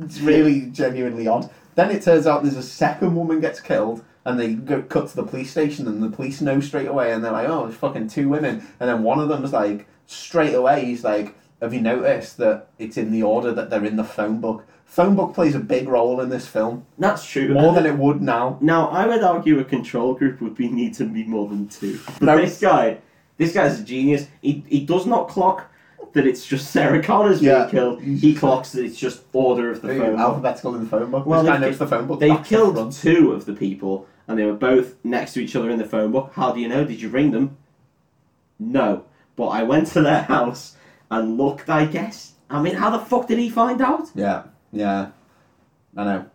Speaker 1: It's really genuinely odd. Then it turns out there's a second woman gets killed, and they go cut to the police station, and the police know straight away, and they're like, oh, it's fucking two women. And then one of them's like, straight away, he's like, have you noticed that it's in the order that they're in the phone book? Phone book plays a big role in this film,
Speaker 2: That's true.
Speaker 1: more than it would now.
Speaker 2: Now, I would argue a control group would be need to be more than two. But
Speaker 1: No.
Speaker 2: this guy, this guy's a genius. He, he does not clock that it's just Sarah Connor's
Speaker 1: Yeah.
Speaker 2: being killed. He clocks that it's just order of the
Speaker 1: Very
Speaker 2: phone.
Speaker 1: alphabetical in the phone book.
Speaker 2: Well,
Speaker 1: this guy
Speaker 2: they've
Speaker 1: knows the phone book.
Speaker 2: They
Speaker 1: back to
Speaker 2: killed
Speaker 1: front.
Speaker 2: two of the people, and they were both next to each other in the phone book. How do you know? Did you ring them? No. But I went to their house and looked, I guess. I mean, how the fuck did he find out?
Speaker 1: Yeah, yeah, I know.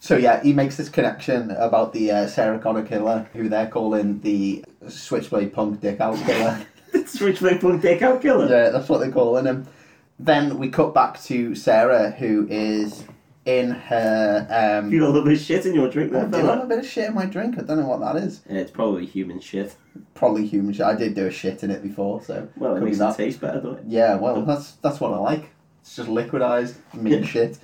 Speaker 1: So yeah, he makes this connection about the uh, Sarah Connor killer, who they're calling the Switchblade Punk Dick Out Killer.
Speaker 2: The switchblade punk dick out killer.
Speaker 1: yeah, that's what they're calling him. Then we cut back to Sarah, who is in her. Um,
Speaker 2: You got a little bit of shit in your drink
Speaker 1: I
Speaker 2: there,
Speaker 1: did have
Speaker 2: fella.
Speaker 1: a bit of shit in my drink. I don't know what that is.
Speaker 2: Yeah, it's probably human shit.
Speaker 1: Probably human shit. I did do a shit in it before, so
Speaker 2: Well,
Speaker 1: could
Speaker 2: it
Speaker 1: be
Speaker 2: makes
Speaker 1: that.
Speaker 2: it taste better, doesn't it?
Speaker 1: Yeah, well, that's that's what I like. It's just liquidized meat shit.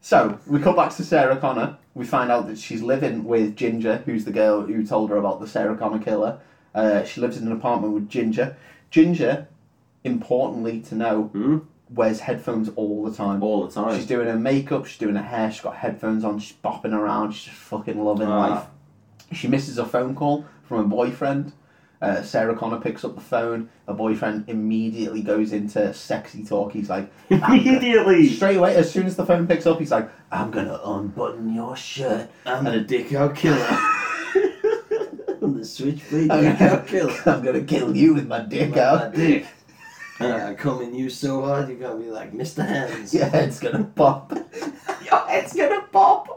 Speaker 1: So we come back to Sarah Connor. we find out that she's living with Ginger, who's the girl who told her about the Sarah Connor killer. Uh, she lives in an apartment with Ginger. Ginger, importantly to know,
Speaker 2: Mhm.
Speaker 1: wears headphones all the time.
Speaker 2: all the time.
Speaker 1: She's doing her makeup, she's doing her hair, she's got headphones on, she's bopping around, she's just fucking loving
Speaker 2: Ah.
Speaker 1: life. She misses a phone call from her boyfriend. Uh, Sarah Connor picks up the phone. Her boyfriend immediately goes into sexy talk. He's like,
Speaker 2: Immediately.
Speaker 1: straight away, as soon as the phone picks up, he's like, I'm gonna unbutton your shirt.
Speaker 2: I'm a dickhead killer. I'm the switchblade
Speaker 1: I'm
Speaker 2: dickhead
Speaker 1: gonna,
Speaker 2: killer.
Speaker 1: I'm gonna kill you with my dick
Speaker 2: My
Speaker 1: out.
Speaker 2: dick. And I come in uh, you so hard, you're gonna be like, Mr. Hands.
Speaker 1: Your head's gonna pop.
Speaker 2: Your head's gonna pop.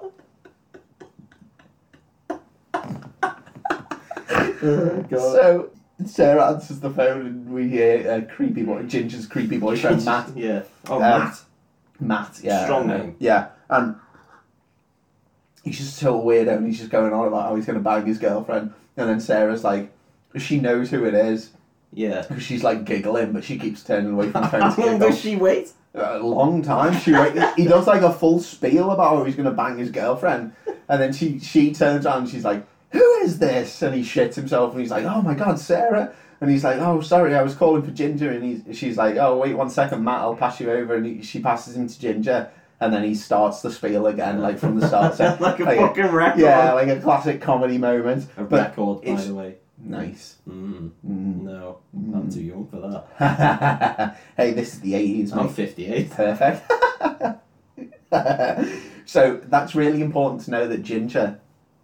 Speaker 2: oh, God.
Speaker 1: So Sarah answers the phone, and we hear uh, creepy boy, Ginger's creepy boyfriend Matt.
Speaker 2: Yeah. Oh,
Speaker 1: Uh,
Speaker 2: Matt.
Speaker 1: Matt, yeah,
Speaker 2: Strong
Speaker 1: uh,
Speaker 2: name.
Speaker 1: yeah, and he's just so weirdo, and he's just going on about how he's gonna bang his girlfriend, and then Sarah's like, she knows who it is.
Speaker 2: Yeah.
Speaker 1: 'cause She's like giggling, but she keeps turning away from the phone.
Speaker 2: How
Speaker 1: to
Speaker 2: long
Speaker 1: giggle.
Speaker 2: Oh, does she wait?
Speaker 1: a long time. She waited. he does like a full spiel about how he's gonna bang his girlfriend, and then she she turns around and she's like, "Who is this?" And he shits himself, and he's like, "Oh my god, Sarah." And he's like, "Oh, sorry, I was calling for Ginger." And he's, she's like, "Oh, wait one second, Matt, I'll pass you over." And he, she passes him to Ginger, and then he starts the spiel again, like from the start. So,
Speaker 2: like a fucking record.
Speaker 1: Oh, yeah, like a classic comedy moment.
Speaker 2: A
Speaker 1: but
Speaker 2: record, by
Speaker 1: it's-
Speaker 2: the way.
Speaker 1: Nice.
Speaker 2: Mm,
Speaker 1: Mm.
Speaker 2: no, I'm too young for that.
Speaker 1: hey, this is the eighties, mate.
Speaker 2: I'm 58.
Speaker 1: Perfect. so that's really important to know that Ginger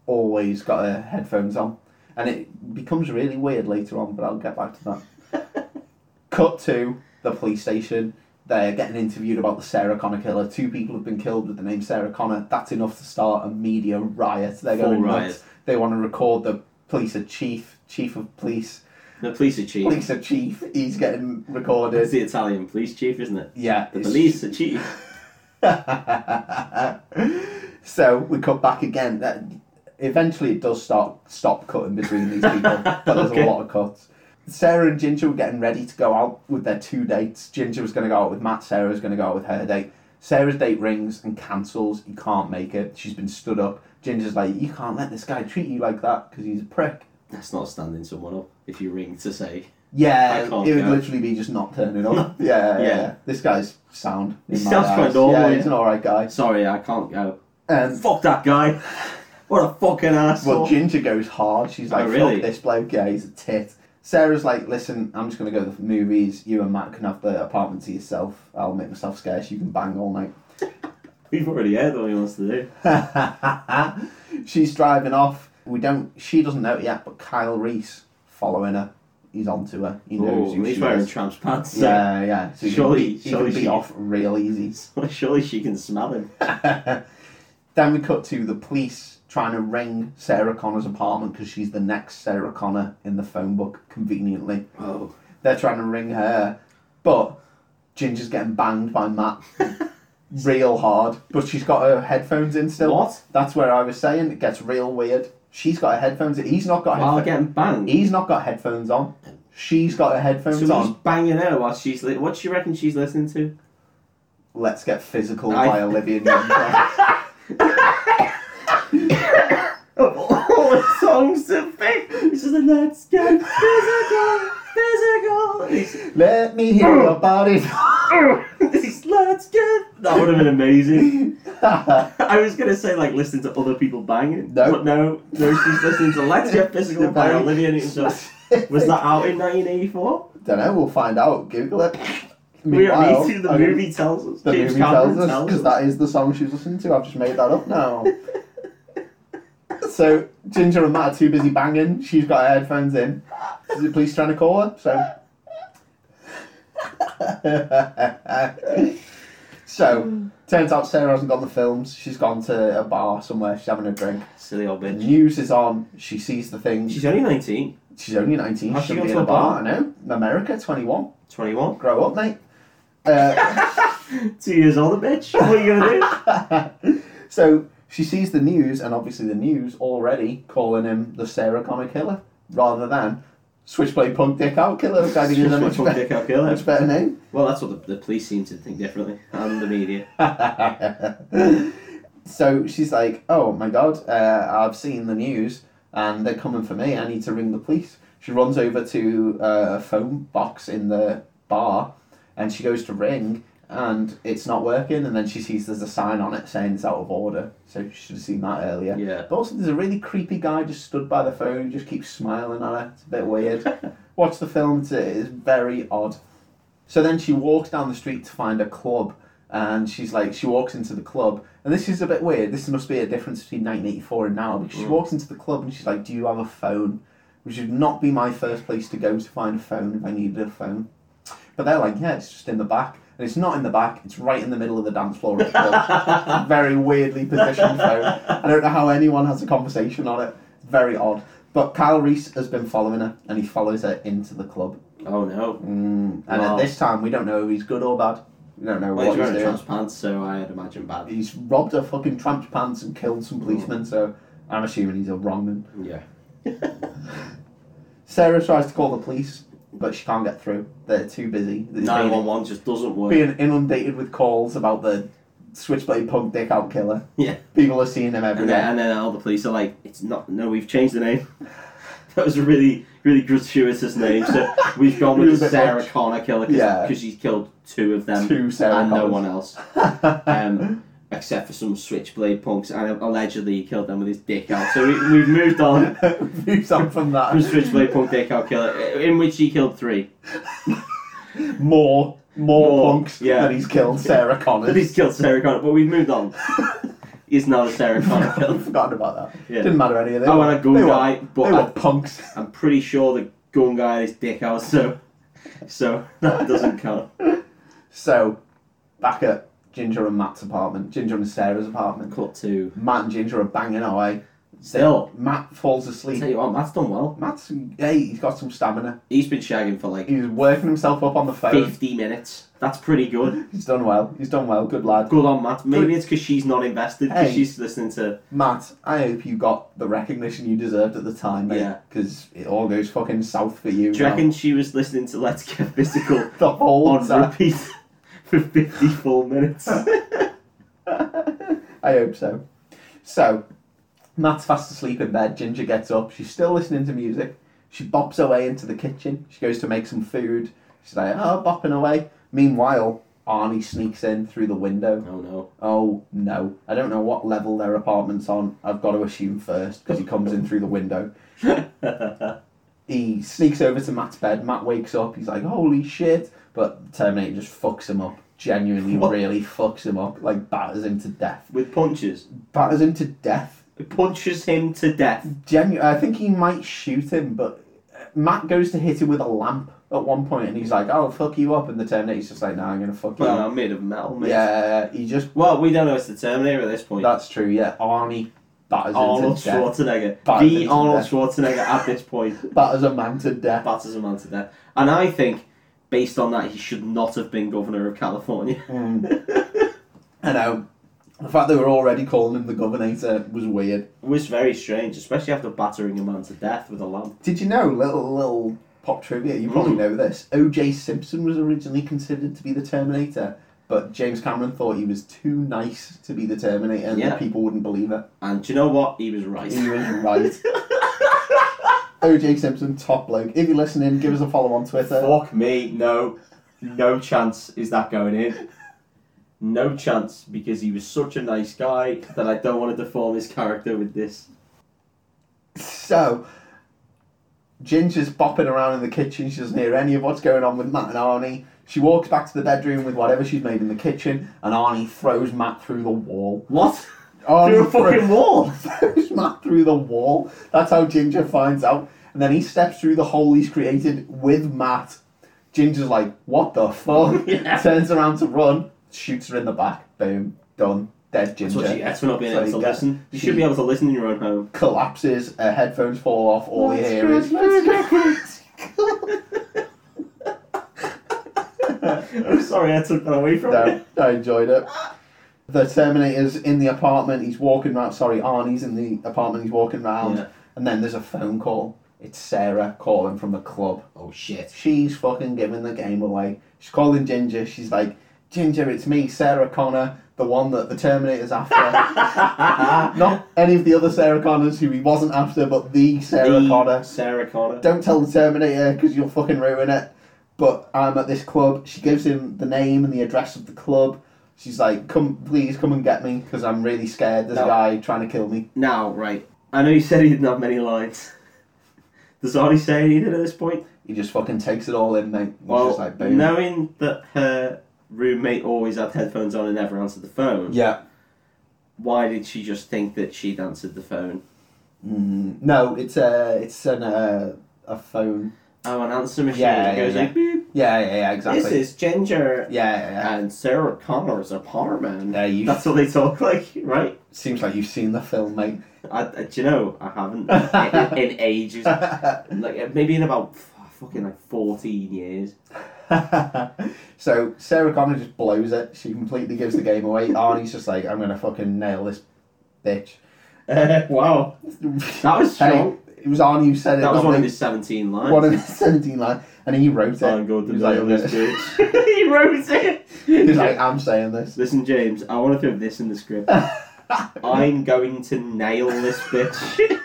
Speaker 1: always got her headphones on. And it becomes really weird later on, but I'll get back to that. Cut to the police station. They're getting interviewed about the Sarah Connor killer. Two people have been killed with the name Sarah Connor. That's enough to start a media riot. They're
Speaker 2: Full
Speaker 1: going
Speaker 2: riot.
Speaker 1: nuts. They want to record the police are chief, chief of police,
Speaker 2: The police are chief.
Speaker 1: police are chief. He's getting
Speaker 2: It's
Speaker 1: recorded.
Speaker 2: the Italian police chief, isn't it?
Speaker 1: Yeah,
Speaker 2: The
Speaker 1: it's-
Speaker 2: police are chief.
Speaker 1: so we cut back again. That eventually it does start stop cutting between these people, but there's
Speaker 2: Okay.
Speaker 1: a lot of cuts. Sarah and Ginger were getting ready to go out with their two dates. Ginger was going to go out with Matt. Sarah was going to go out with her date. Sarah's date rings and cancels. He can't make it. She's been stood up. Ginger's like, you can't let this guy treat you like that because he's a prick.
Speaker 2: That's not standing someone up if you ring to say.
Speaker 1: Yeah,
Speaker 2: I
Speaker 1: it
Speaker 2: can't
Speaker 1: would
Speaker 2: go.
Speaker 1: literally be just not turning up. yeah, yeah,
Speaker 2: Yeah.
Speaker 1: yeah. This guy's sound. in
Speaker 2: He
Speaker 1: my
Speaker 2: sounds quite
Speaker 1: eyes.
Speaker 2: normal,
Speaker 1: Yeah,
Speaker 2: yeah.
Speaker 1: he's an alright guy.
Speaker 2: Sorry, I can't go.
Speaker 1: Um,
Speaker 2: Fuck that guy. What a fucking asshole.
Speaker 1: Well, Ginger goes hard. She's like,
Speaker 2: Oh, really?
Speaker 1: fuck this bloke, yeah, he's a tit. Sarah's like, listen, I'm just going to go to the movies. You and Matt can have the apartment to yourself. I'll make myself scarce. You can bang all night.
Speaker 2: We've already heard what he wants to do.
Speaker 1: She's driving off. We don't. She doesn't know it yet, but Kyle Reese following her. He's onto her. He knows
Speaker 2: Oh,
Speaker 1: who
Speaker 2: he's
Speaker 1: she
Speaker 2: wearing
Speaker 1: is.
Speaker 2: tramps pants. so-
Speaker 1: yeah, yeah. So he
Speaker 2: Surely-
Speaker 1: can, be- he
Speaker 2: surely
Speaker 1: can
Speaker 2: she-
Speaker 1: be off real easy.
Speaker 2: Surely she can smell him.
Speaker 1: Then we cut to the police trying to ring Sarah Connor's apartment because she's the next Sarah Connor in the phone book, conveniently.
Speaker 2: Oh.
Speaker 1: They're trying to ring her, but Ginger's getting banged by Matt real hard. But she's got her headphones in still.
Speaker 2: What?
Speaker 1: That's where I was saying it gets real weird. She's got her headphones in. He's not got
Speaker 2: While
Speaker 1: headphones.
Speaker 2: getting banged.
Speaker 1: He's not got headphones on. She's got her
Speaker 2: so
Speaker 1: headphones
Speaker 2: he's
Speaker 1: on.
Speaker 2: banging her while she's. Li- what do you reckon she's listening to?
Speaker 1: Let's get physical
Speaker 2: I-
Speaker 1: by Olivia Newton.
Speaker 2: Of Oh, all the songs to pick, it's just like, let's get physical, physical. And he's-
Speaker 1: Let me hear your body.
Speaker 2: Oh. These lads get. That would have been amazing. I was gonna say like listening to other people banging.
Speaker 1: No.
Speaker 2: but no, no, she's listening to Let's Get Physical by Olivia Newton-John. Was that out in 1984?
Speaker 1: Don't know. We'll find out. Google it.
Speaker 2: We don't
Speaker 1: Meanwhile,
Speaker 2: need to. The
Speaker 1: I mean,
Speaker 2: movie tells us.
Speaker 1: The
Speaker 2: James
Speaker 1: movie
Speaker 2: Cameron
Speaker 1: tells us because that is the song she's listening to. I've just made that up now. so Ginger and Matt are too busy banging. She's got her headphones in. The police trying to call her. So. so turns out Sarah hasn't gone to films. She's gone to a bar somewhere. She's having a drink.
Speaker 2: Silly old
Speaker 1: The
Speaker 2: bitch.
Speaker 1: news is on. She sees the thing.
Speaker 2: She's only 19,
Speaker 1: She's only nineteen.
Speaker 2: How's
Speaker 1: She should
Speaker 2: she gone
Speaker 1: be
Speaker 2: to
Speaker 1: in a
Speaker 2: a bar?
Speaker 1: bar. I know. America, twenty-one.
Speaker 2: 21,
Speaker 1: Grow up, mate. Uh,
Speaker 2: two years older, bitch. What are you gonna do?
Speaker 1: so she sees the news, and obviously the news already calling him the Sarah Connor killer rather than Switchblade Punk Dick Out Killer, which I think is a much,
Speaker 2: Fucking
Speaker 1: better,
Speaker 2: dick, I'll kill her.
Speaker 1: much better name.
Speaker 2: Well, that's what the, the police seem to think differently, and the media.
Speaker 1: so she's like, "Oh my god, uh, I've seen the news, and they're coming for me. I need to ring the police." She runs over to uh, a phone box in the bar, and she goes to ring, and it's not working. And then she sees there's a sign on it saying it's out of order. So she should have seen that earlier.
Speaker 2: Yeah.
Speaker 1: But also, there's a really creepy guy just stood by the phone, just keeps smiling at her. It's a bit weird. Watch the film, it's, it's very odd. So then she walks down the street to find a club, and she's like, she walks into the club, and this is a bit weird. This must be a difference between 1984 and now, because she
Speaker 2: Mm.
Speaker 1: walks into the club and she's like, Do you have a phone? Which would not be my first place to go to find a phone if I needed a phone. But they're like, Yeah, it's just in the back. And it's not in the back, it's right in the middle of the dance floor of the club very weirdly positioned phone. I don't know how anyone has a conversation on it. It's very odd. But Kyle Reese has been following her, and he follows her into the club.
Speaker 2: oh no.
Speaker 1: Mm. And
Speaker 2: Wow.
Speaker 1: at this time, we don't know if he's good or bad. We don't know
Speaker 2: Well, he's
Speaker 1: what he's
Speaker 2: wearing
Speaker 1: doing.
Speaker 2: trans pants, so I'd imagine bad.
Speaker 1: He's robbed a fucking tramp's pants and killed some
Speaker 2: Mm.
Speaker 1: policemen, so I'm assuming he's a wrongman.
Speaker 2: Yeah.
Speaker 1: Sarah tries to call the police, but she can't get through. They're too busy. They're
Speaker 2: Nine one one just doesn't work.
Speaker 1: being inundated with calls about the switchblade punk dick out killer.
Speaker 2: Yeah.
Speaker 1: People are seeing him everywhere.
Speaker 2: And then, and then all the police are like, it's not, no, we've changed the name. That was a really, really gratuitous name. So we've gone
Speaker 1: It
Speaker 2: with
Speaker 1: was
Speaker 2: the
Speaker 1: a bit
Speaker 2: Sarah
Speaker 1: much.
Speaker 2: Connor killer
Speaker 1: Yeah.
Speaker 2: because she's killed two of them
Speaker 1: Two Sarah
Speaker 2: and no
Speaker 1: Connors.
Speaker 2: one else, um, except for some switchblade punks. And allegedly he killed them with his dick out. So we, we've moved on
Speaker 1: Move on from that.
Speaker 2: from switchblade punk dick out killer, in which he killed three.
Speaker 1: more more,
Speaker 2: More,
Speaker 1: punks
Speaker 2: yeah.
Speaker 1: than he's killed Sarah
Speaker 2: But
Speaker 1: Connors.
Speaker 2: he's killed Sarah Connor, but we've moved on. He's not a Sarah Connor
Speaker 1: I've
Speaker 2: killer.
Speaker 1: forgotten about that.
Speaker 2: Yeah.
Speaker 1: Didn't matter any of them.
Speaker 2: I want a good
Speaker 1: they
Speaker 2: guy,
Speaker 1: Were,
Speaker 2: but
Speaker 1: they
Speaker 2: I-
Speaker 1: were punks.
Speaker 2: I'm pretty sure the gun guy is dick out, so so that doesn't count.
Speaker 1: So, back at Ginger and Matt's apartment, Ginger and Sarah's apartment,
Speaker 2: Cut to
Speaker 1: Matt and Ginger are banging away.
Speaker 2: still.
Speaker 1: Matt falls
Speaker 2: I
Speaker 1: asleep.
Speaker 2: tell you what, Matt's done well.
Speaker 1: Matt's hey, he's got some stamina.
Speaker 2: He's been shagging for like
Speaker 1: He's working himself up on the phone.
Speaker 2: 50 minutes. That's pretty good.
Speaker 1: He's done well. He's done well. Good lad.
Speaker 2: Good on Matt. Maybe it's because she's not invested because
Speaker 1: Hey.
Speaker 2: she's listening to.
Speaker 1: Matt, I hope you got the recognition you deserved at the time, mate.
Speaker 2: Yeah.
Speaker 1: Because it all goes fucking south for you.
Speaker 2: Do you
Speaker 1: now.
Speaker 2: reckon she was listening to Let's Get Physical
Speaker 1: the whole
Speaker 2: on
Speaker 1: time.
Speaker 2: repeat for 54 minutes?
Speaker 1: I hope so. So, Matt's fast asleep in bed. Ginger gets up. She's still listening to music. She bops away into the kitchen. She goes to make some food. She's like, oh, bopping away. Meanwhile, Arnie sneaks in through the window.
Speaker 2: oh no.
Speaker 1: Oh no. I don't know what level their apartment's on. I've got to assume first because he comes in through the window. He sneaks over to Matt's bed. Matt wakes up. He's like, holy shit. But Terminator just fucks him up. Genuinely,
Speaker 2: What?
Speaker 1: really fucks him up. Like, batters him to death.
Speaker 2: With punches.
Speaker 1: Batters him to death.
Speaker 2: It punches him to death.
Speaker 1: Genu- I think he might shoot him, but uh, Matt goes to hit him with a lamp at one point, and he's like, "I'll fuck you up," and the Terminator's just like, "No, I'm gonna fuck you."
Speaker 2: Well,
Speaker 1: up."
Speaker 2: I'm made of metal, mate.
Speaker 1: yeah, he just.
Speaker 2: Well, we don't know it's the Terminator at this point.
Speaker 1: That's true. Yeah, Arnie batters him
Speaker 2: Arnold
Speaker 1: to death.
Speaker 2: Schwarzenegger.
Speaker 1: Batters him
Speaker 2: The
Speaker 1: to
Speaker 2: Arnold
Speaker 1: death.
Speaker 2: Schwarzenegger at this point
Speaker 1: Batters a man to death.
Speaker 2: batters a man to death. And I think, based on that, he should not have been governor of California.
Speaker 1: I know. The fact they were already calling him the Governator was weird.
Speaker 2: It was very strange, especially after battering a man to death with a lamp.
Speaker 1: Did you know, little little pop trivia? You probably
Speaker 2: Mm.
Speaker 1: know this. O.J. Simpson was originally considered to be the Terminator, but James Cameron thought he was too nice to be the Terminator, and
Speaker 2: Yeah.
Speaker 1: that people wouldn't believe it.
Speaker 2: And do you know what? He was right.
Speaker 1: He was right. OJ Simpson, top bloke. If you're listening, give us a follow on Twitter.
Speaker 2: Fuck me, no, no chance is that going in. No chance because he was such a nice guy that I don't want to deform his character with this.
Speaker 1: So, Ginger's bopping around in the kitchen. She doesn't hear any of what's going on with Matt and Arnie. She walks back to the bedroom with whatever she's made in the kitchen, and Arnie throws Matt through the wall.
Speaker 2: What? Through
Speaker 1: Arnie
Speaker 2: a fucking wall.
Speaker 1: throws Matt through the wall. That's how Ginger finds out. And then he steps through the hole he's created with Matt. Ginger's like, what the fuck?
Speaker 2: Yeah.
Speaker 1: Turns around to run, shoots her in the back. Boom, done. Dead
Speaker 2: That's
Speaker 1: Ginger.
Speaker 2: what she gets for not being
Speaker 1: So
Speaker 2: able to
Speaker 1: you get-
Speaker 2: listen. You
Speaker 1: she-
Speaker 2: should be able to listen in your own home.
Speaker 1: Collapses, her headphones fall off, all you hear is.
Speaker 2: I'm sorry I took that away from you.
Speaker 1: No, I enjoyed it. The Terminator's in the apartment, he's walking round. Sorry, Arnie's in the apartment, he's walking round.
Speaker 2: Yeah.
Speaker 1: And then there's a phone call. It's Sarah calling from the club.
Speaker 2: Oh shit.
Speaker 1: She's fucking giving the game away. She's calling Ginger. She's like, Ginger, it's me, Sarah Connor, the one that the Terminator's after.
Speaker 2: Ah.
Speaker 1: Not any of the other Sarah Connors who he wasn't after, but the Sarah
Speaker 2: The
Speaker 1: Connor.
Speaker 2: Sarah Connor.
Speaker 1: Don't tell the Terminator because you'll fucking ruin it. But I'm at this club. She gives him the name and the address of the club. She's like, "Come, please, come and get me because I'm really scared. There's
Speaker 2: No.
Speaker 1: a guy trying to kill me."
Speaker 2: Now, right. I know you said he didn't have many lines. Does Arnie say anything at this point?
Speaker 1: He just fucking takes it all in, mate. He's
Speaker 2: Well,
Speaker 1: just like, boom.
Speaker 2: knowing that her roommate always had headphones on and never answered the phone,
Speaker 1: Yeah.
Speaker 2: why did she just think that she'd answered the phone?
Speaker 1: Mm, no, it's a it's an uh, a phone.
Speaker 2: Oh, an answer machine
Speaker 1: Yeah, yeah,
Speaker 2: goes
Speaker 1: yeah.
Speaker 2: like, beep,
Speaker 1: Yeah, yeah, yeah, exactly.
Speaker 2: this is Ginger
Speaker 1: yeah, yeah, yeah.
Speaker 2: and Sarah Connor's apartment.
Speaker 1: Yeah, you
Speaker 2: That's what they talk like, right?
Speaker 1: seems like you've seen the film, mate.
Speaker 2: I, I- do you know, I haven't in, in ages. Like, maybe in about f- fucking like 14 years.
Speaker 1: so Sarah Connor just blows it. She completely gives the game away. Arnie's just like, I'm gonna fucking nail this bitch.
Speaker 2: wow. That was
Speaker 1: Hey,
Speaker 2: strong.
Speaker 1: it was Arnie who said it.
Speaker 2: That was
Speaker 1: not
Speaker 2: one of
Speaker 1: me.
Speaker 2: his 17 lines.
Speaker 1: one of his seventeen lines, and he wrote it.
Speaker 2: I'm going
Speaker 1: He
Speaker 2: to
Speaker 1: was like,
Speaker 2: nail this bitch. he wrote it.
Speaker 1: He was like, I'm saying this.
Speaker 2: Listen, James, I want to throw this in the script. I'm going to nail this bitch.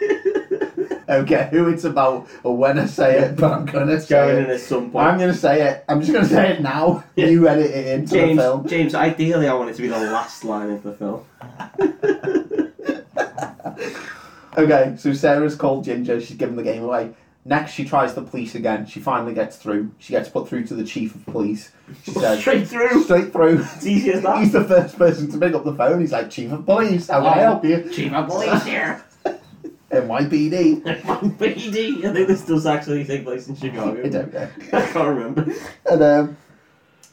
Speaker 1: I don't care who it's about or when I say it, but I'm gonna
Speaker 2: it's
Speaker 1: say
Speaker 2: going
Speaker 1: it.
Speaker 2: in at some point.
Speaker 1: I'm gonna say it. I'm just gonna say it now.
Speaker 2: Yeah.
Speaker 1: You edit it into the film.
Speaker 2: James, James, ideally, I want it to be the last line of the film.
Speaker 1: Okay, so Sarah's called Ginger. She's given the game away. Next, she tries the police again. She finally gets through. She gets put through to the chief of police. She says,
Speaker 2: Straight through.
Speaker 1: Straight through.
Speaker 2: It's easy as that.
Speaker 1: He's the first person to pick up the phone. He's like, Chief of Police, how can I help you?
Speaker 2: Oh, Chief of Police here.
Speaker 1: NYPD.
Speaker 2: PD. I think this does actually take place in Chicago.
Speaker 1: I don't know.
Speaker 2: I can't remember.
Speaker 1: And um,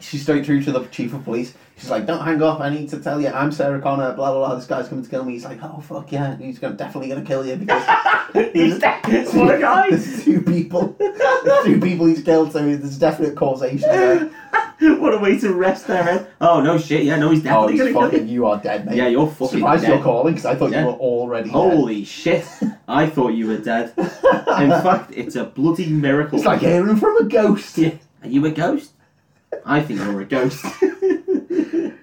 Speaker 1: she's straight through to the chief of police. She's like, "Don't hang up. I need to tell you. I'm Sarah Connor. Blah blah blah. This guy's coming to kill me." He's like, "Oh fuck yeah. He's gonna definitely gonna kill you because
Speaker 2: He's dead. What a guy.
Speaker 1: There's two people. There's two people he's killed. So there's definite causation." There.
Speaker 2: Oh, what a way to rest their head. Oh no shit, yeah, no, he's
Speaker 1: Oh,
Speaker 2: definitely
Speaker 1: he's
Speaker 2: gonna kill
Speaker 1: fucking,
Speaker 2: you.
Speaker 1: you are dead, mate.
Speaker 2: Yeah, you're fucking
Speaker 1: Surprised
Speaker 2: dead.
Speaker 1: you're calling because I thought
Speaker 2: Yeah.
Speaker 1: you were already
Speaker 2: Holy shit, I thought you were dead.
Speaker 1: dead.
Speaker 2: In fact, it's a bloody miracle.
Speaker 1: it's like hearing from a ghost.
Speaker 2: Yeah. Are you a ghost? I think you're a ghost.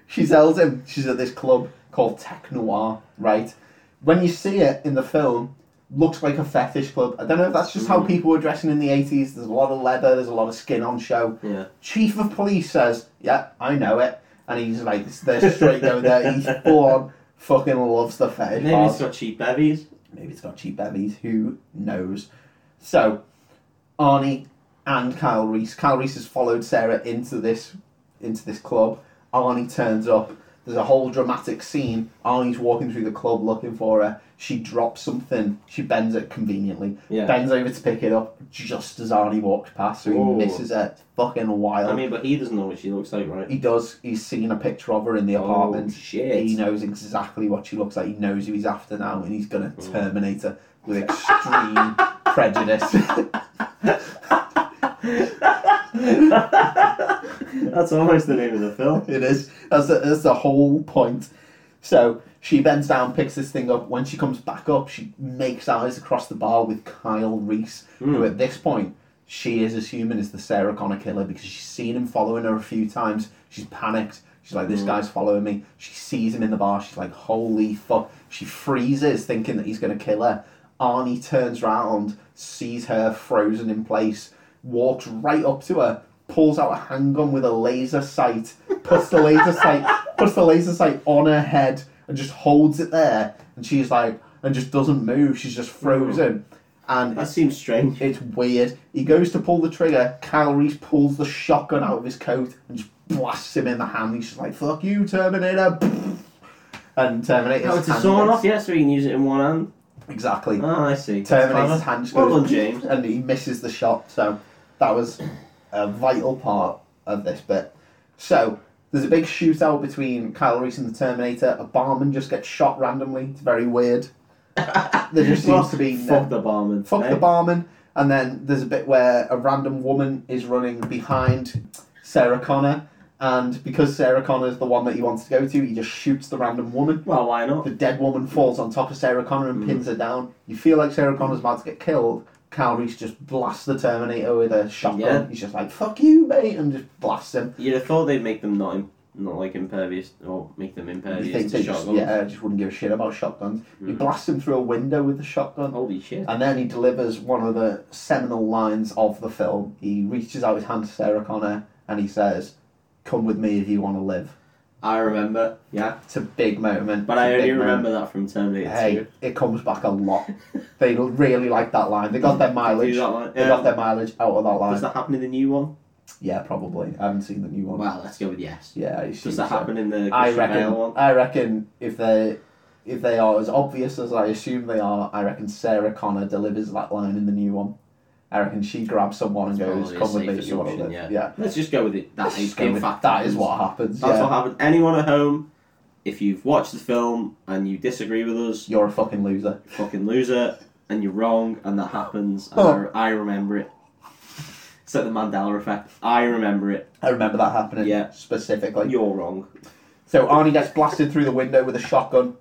Speaker 1: She tells him she's at this club called Tech Noir, right? When you see it in the film, looks like a fetish club. I don't know if that's just how
Speaker 2: Mm.
Speaker 1: people were dressing in the 80s. There's a lot of leather, there's a lot of skin on show.
Speaker 2: yeah.
Speaker 1: Chief of police says, Yeah, I know it. And he's like, They're straight going there. He's full on fucking loves the fetish.
Speaker 2: Maybe
Speaker 1: bars.
Speaker 2: it's got cheap bevies.
Speaker 1: Maybe it's got cheap bevies. Who knows? So, Arnie and Kyle Reese. Kyle Reese has followed Sarah into this into this club. Arnie turns up. There's a whole dramatic scene. Arnie's walking through the club looking for her. She drops something. She bends it conveniently.
Speaker 2: Yeah.
Speaker 1: Bends over to pick it up just as Arnie walks past, so he
Speaker 2: Ooh.
Speaker 1: misses it. Fucking wild.
Speaker 2: I mean, but he doesn't know what she looks like, right?
Speaker 1: he does. He's seen a picture of her in the
Speaker 2: Oh,
Speaker 1: apartment.
Speaker 2: shit.
Speaker 1: He knows exactly what she looks like. He knows who he's after now, and he's
Speaker 2: Oh.
Speaker 1: gonna terminate her with extreme prejudice.
Speaker 2: That's almost the name of the film.
Speaker 1: it is. That's the, that's the whole point. So she bends down, picks this thing up. When she comes back up, she makes eyes across the bar with Kyle Reese, who at this point she is assuming is the Sarah Connor killer because she's seen him following her a few times. She's panicked. She's like, "This guy's following me." She sees him in the bar. She's like, "Holy fuck!" She freezes, thinking that he's gonna kill her. Arnie turns round, sees her frozen in place, walks right up to her, pulls out a handgun with a laser sight, puts the laser sight, puts the laser sight on her head, and just holds it there. And she's like, and just doesn't move. She's
Speaker 2: Mm.
Speaker 1: just frozen. And
Speaker 2: That seems strange.
Speaker 1: it's weird. He goes to pull the trigger. Kyle Reese pulls the shotgun out of his coat and just blasts him in the hand. He's just like, "Fuck you, Terminator!" And Terminator's
Speaker 2: Oh, it's a
Speaker 1: hand
Speaker 2: sawn
Speaker 1: goes-
Speaker 2: off, yeah, so he can use it in one hand.
Speaker 1: Exactly.
Speaker 2: Oh, I see.
Speaker 1: Terminator's hand just
Speaker 2: Well
Speaker 1: goes
Speaker 2: done, James.
Speaker 1: and he misses the shot. So that was a vital part of this bit. So there's a big shootout between Kyle Reese and the Terminator. A barman just gets shot randomly. It's very weird. there just
Speaker 2: Well,
Speaker 1: seems to be no-
Speaker 2: Fuck the barman.
Speaker 1: fuck the
Speaker 2: eh?
Speaker 1: barman, and then there's a bit where a random woman is running behind Sarah Connor, and because Sarah Connor is the one that he wants to go to, he just shoots the random woman.
Speaker 2: Well, why not?
Speaker 1: The dead woman falls on top of Sarah Connor and pins her down. You feel like Sarah Connor's about to get killed. Kyle Reese just blasts the Terminator with a shotgun.
Speaker 2: Yeah.
Speaker 1: He's just like, fuck you, mate, and just blasts him.
Speaker 2: You'd have thought they'd make them not not like impervious or make them
Speaker 1: You
Speaker 2: impervious
Speaker 1: think
Speaker 2: to
Speaker 1: they just,
Speaker 2: shotguns.
Speaker 1: yeah, just wouldn't give a shit about shotguns. He
Speaker 2: Mm.
Speaker 1: blasts him through a window with the shotgun.
Speaker 2: Holy shit!
Speaker 1: And then he delivers one of the seminal lines of the film. He reaches out his hand to Sarah Connor and he says, Come with me if you want to live.
Speaker 2: I remember. Yeah,
Speaker 1: It's a big moment.
Speaker 2: but
Speaker 1: It's
Speaker 2: I
Speaker 1: a
Speaker 2: only
Speaker 1: big moment.
Speaker 2: remember that from Terminator
Speaker 1: Hey, it comes back a lot. They really like that line. They got their
Speaker 2: 2.
Speaker 1: mileage.
Speaker 2: Do that line.
Speaker 1: They
Speaker 2: Um,
Speaker 1: got their mileage out of that line.
Speaker 2: does that happen in the new one?
Speaker 1: Yeah, probably. I haven't seen the new one.
Speaker 2: Well, let's go with yes.
Speaker 1: Yeah, I assume
Speaker 2: Does that
Speaker 1: so.
Speaker 2: happen in the
Speaker 1: I
Speaker 2: Christian Bale
Speaker 1: reckon.
Speaker 2: one?
Speaker 1: I reckon if they if they are as obvious as I assume they are, I reckon Sarah Connor delivers that line in the new one. I reckon she grabs someone and
Speaker 2: That's
Speaker 1: goes,
Speaker 2: probably a
Speaker 1: "Come with
Speaker 2: safe
Speaker 1: me if you want to
Speaker 2: assumption,
Speaker 1: live."
Speaker 2: yeah.
Speaker 1: Yeah,
Speaker 2: Let's just go with it. That
Speaker 1: Let's
Speaker 2: is
Speaker 1: just go
Speaker 2: in
Speaker 1: with-
Speaker 2: fact
Speaker 1: that is
Speaker 2: happens.
Speaker 1: what happens.
Speaker 2: That's
Speaker 1: yeah.
Speaker 2: what happened. Anyone at home, if you've watched the film and you disagree with us,
Speaker 1: You're a fucking loser.
Speaker 2: you fucking loser, and you're wrong, and that happens, and
Speaker 1: Oh.
Speaker 2: I, I remember it. It's like the Mandela effect. I remember it.
Speaker 1: I remember that happening
Speaker 2: Yeah.
Speaker 1: specifically.
Speaker 2: You're wrong.
Speaker 1: So Arnie gets blasted through the window with a shotgun.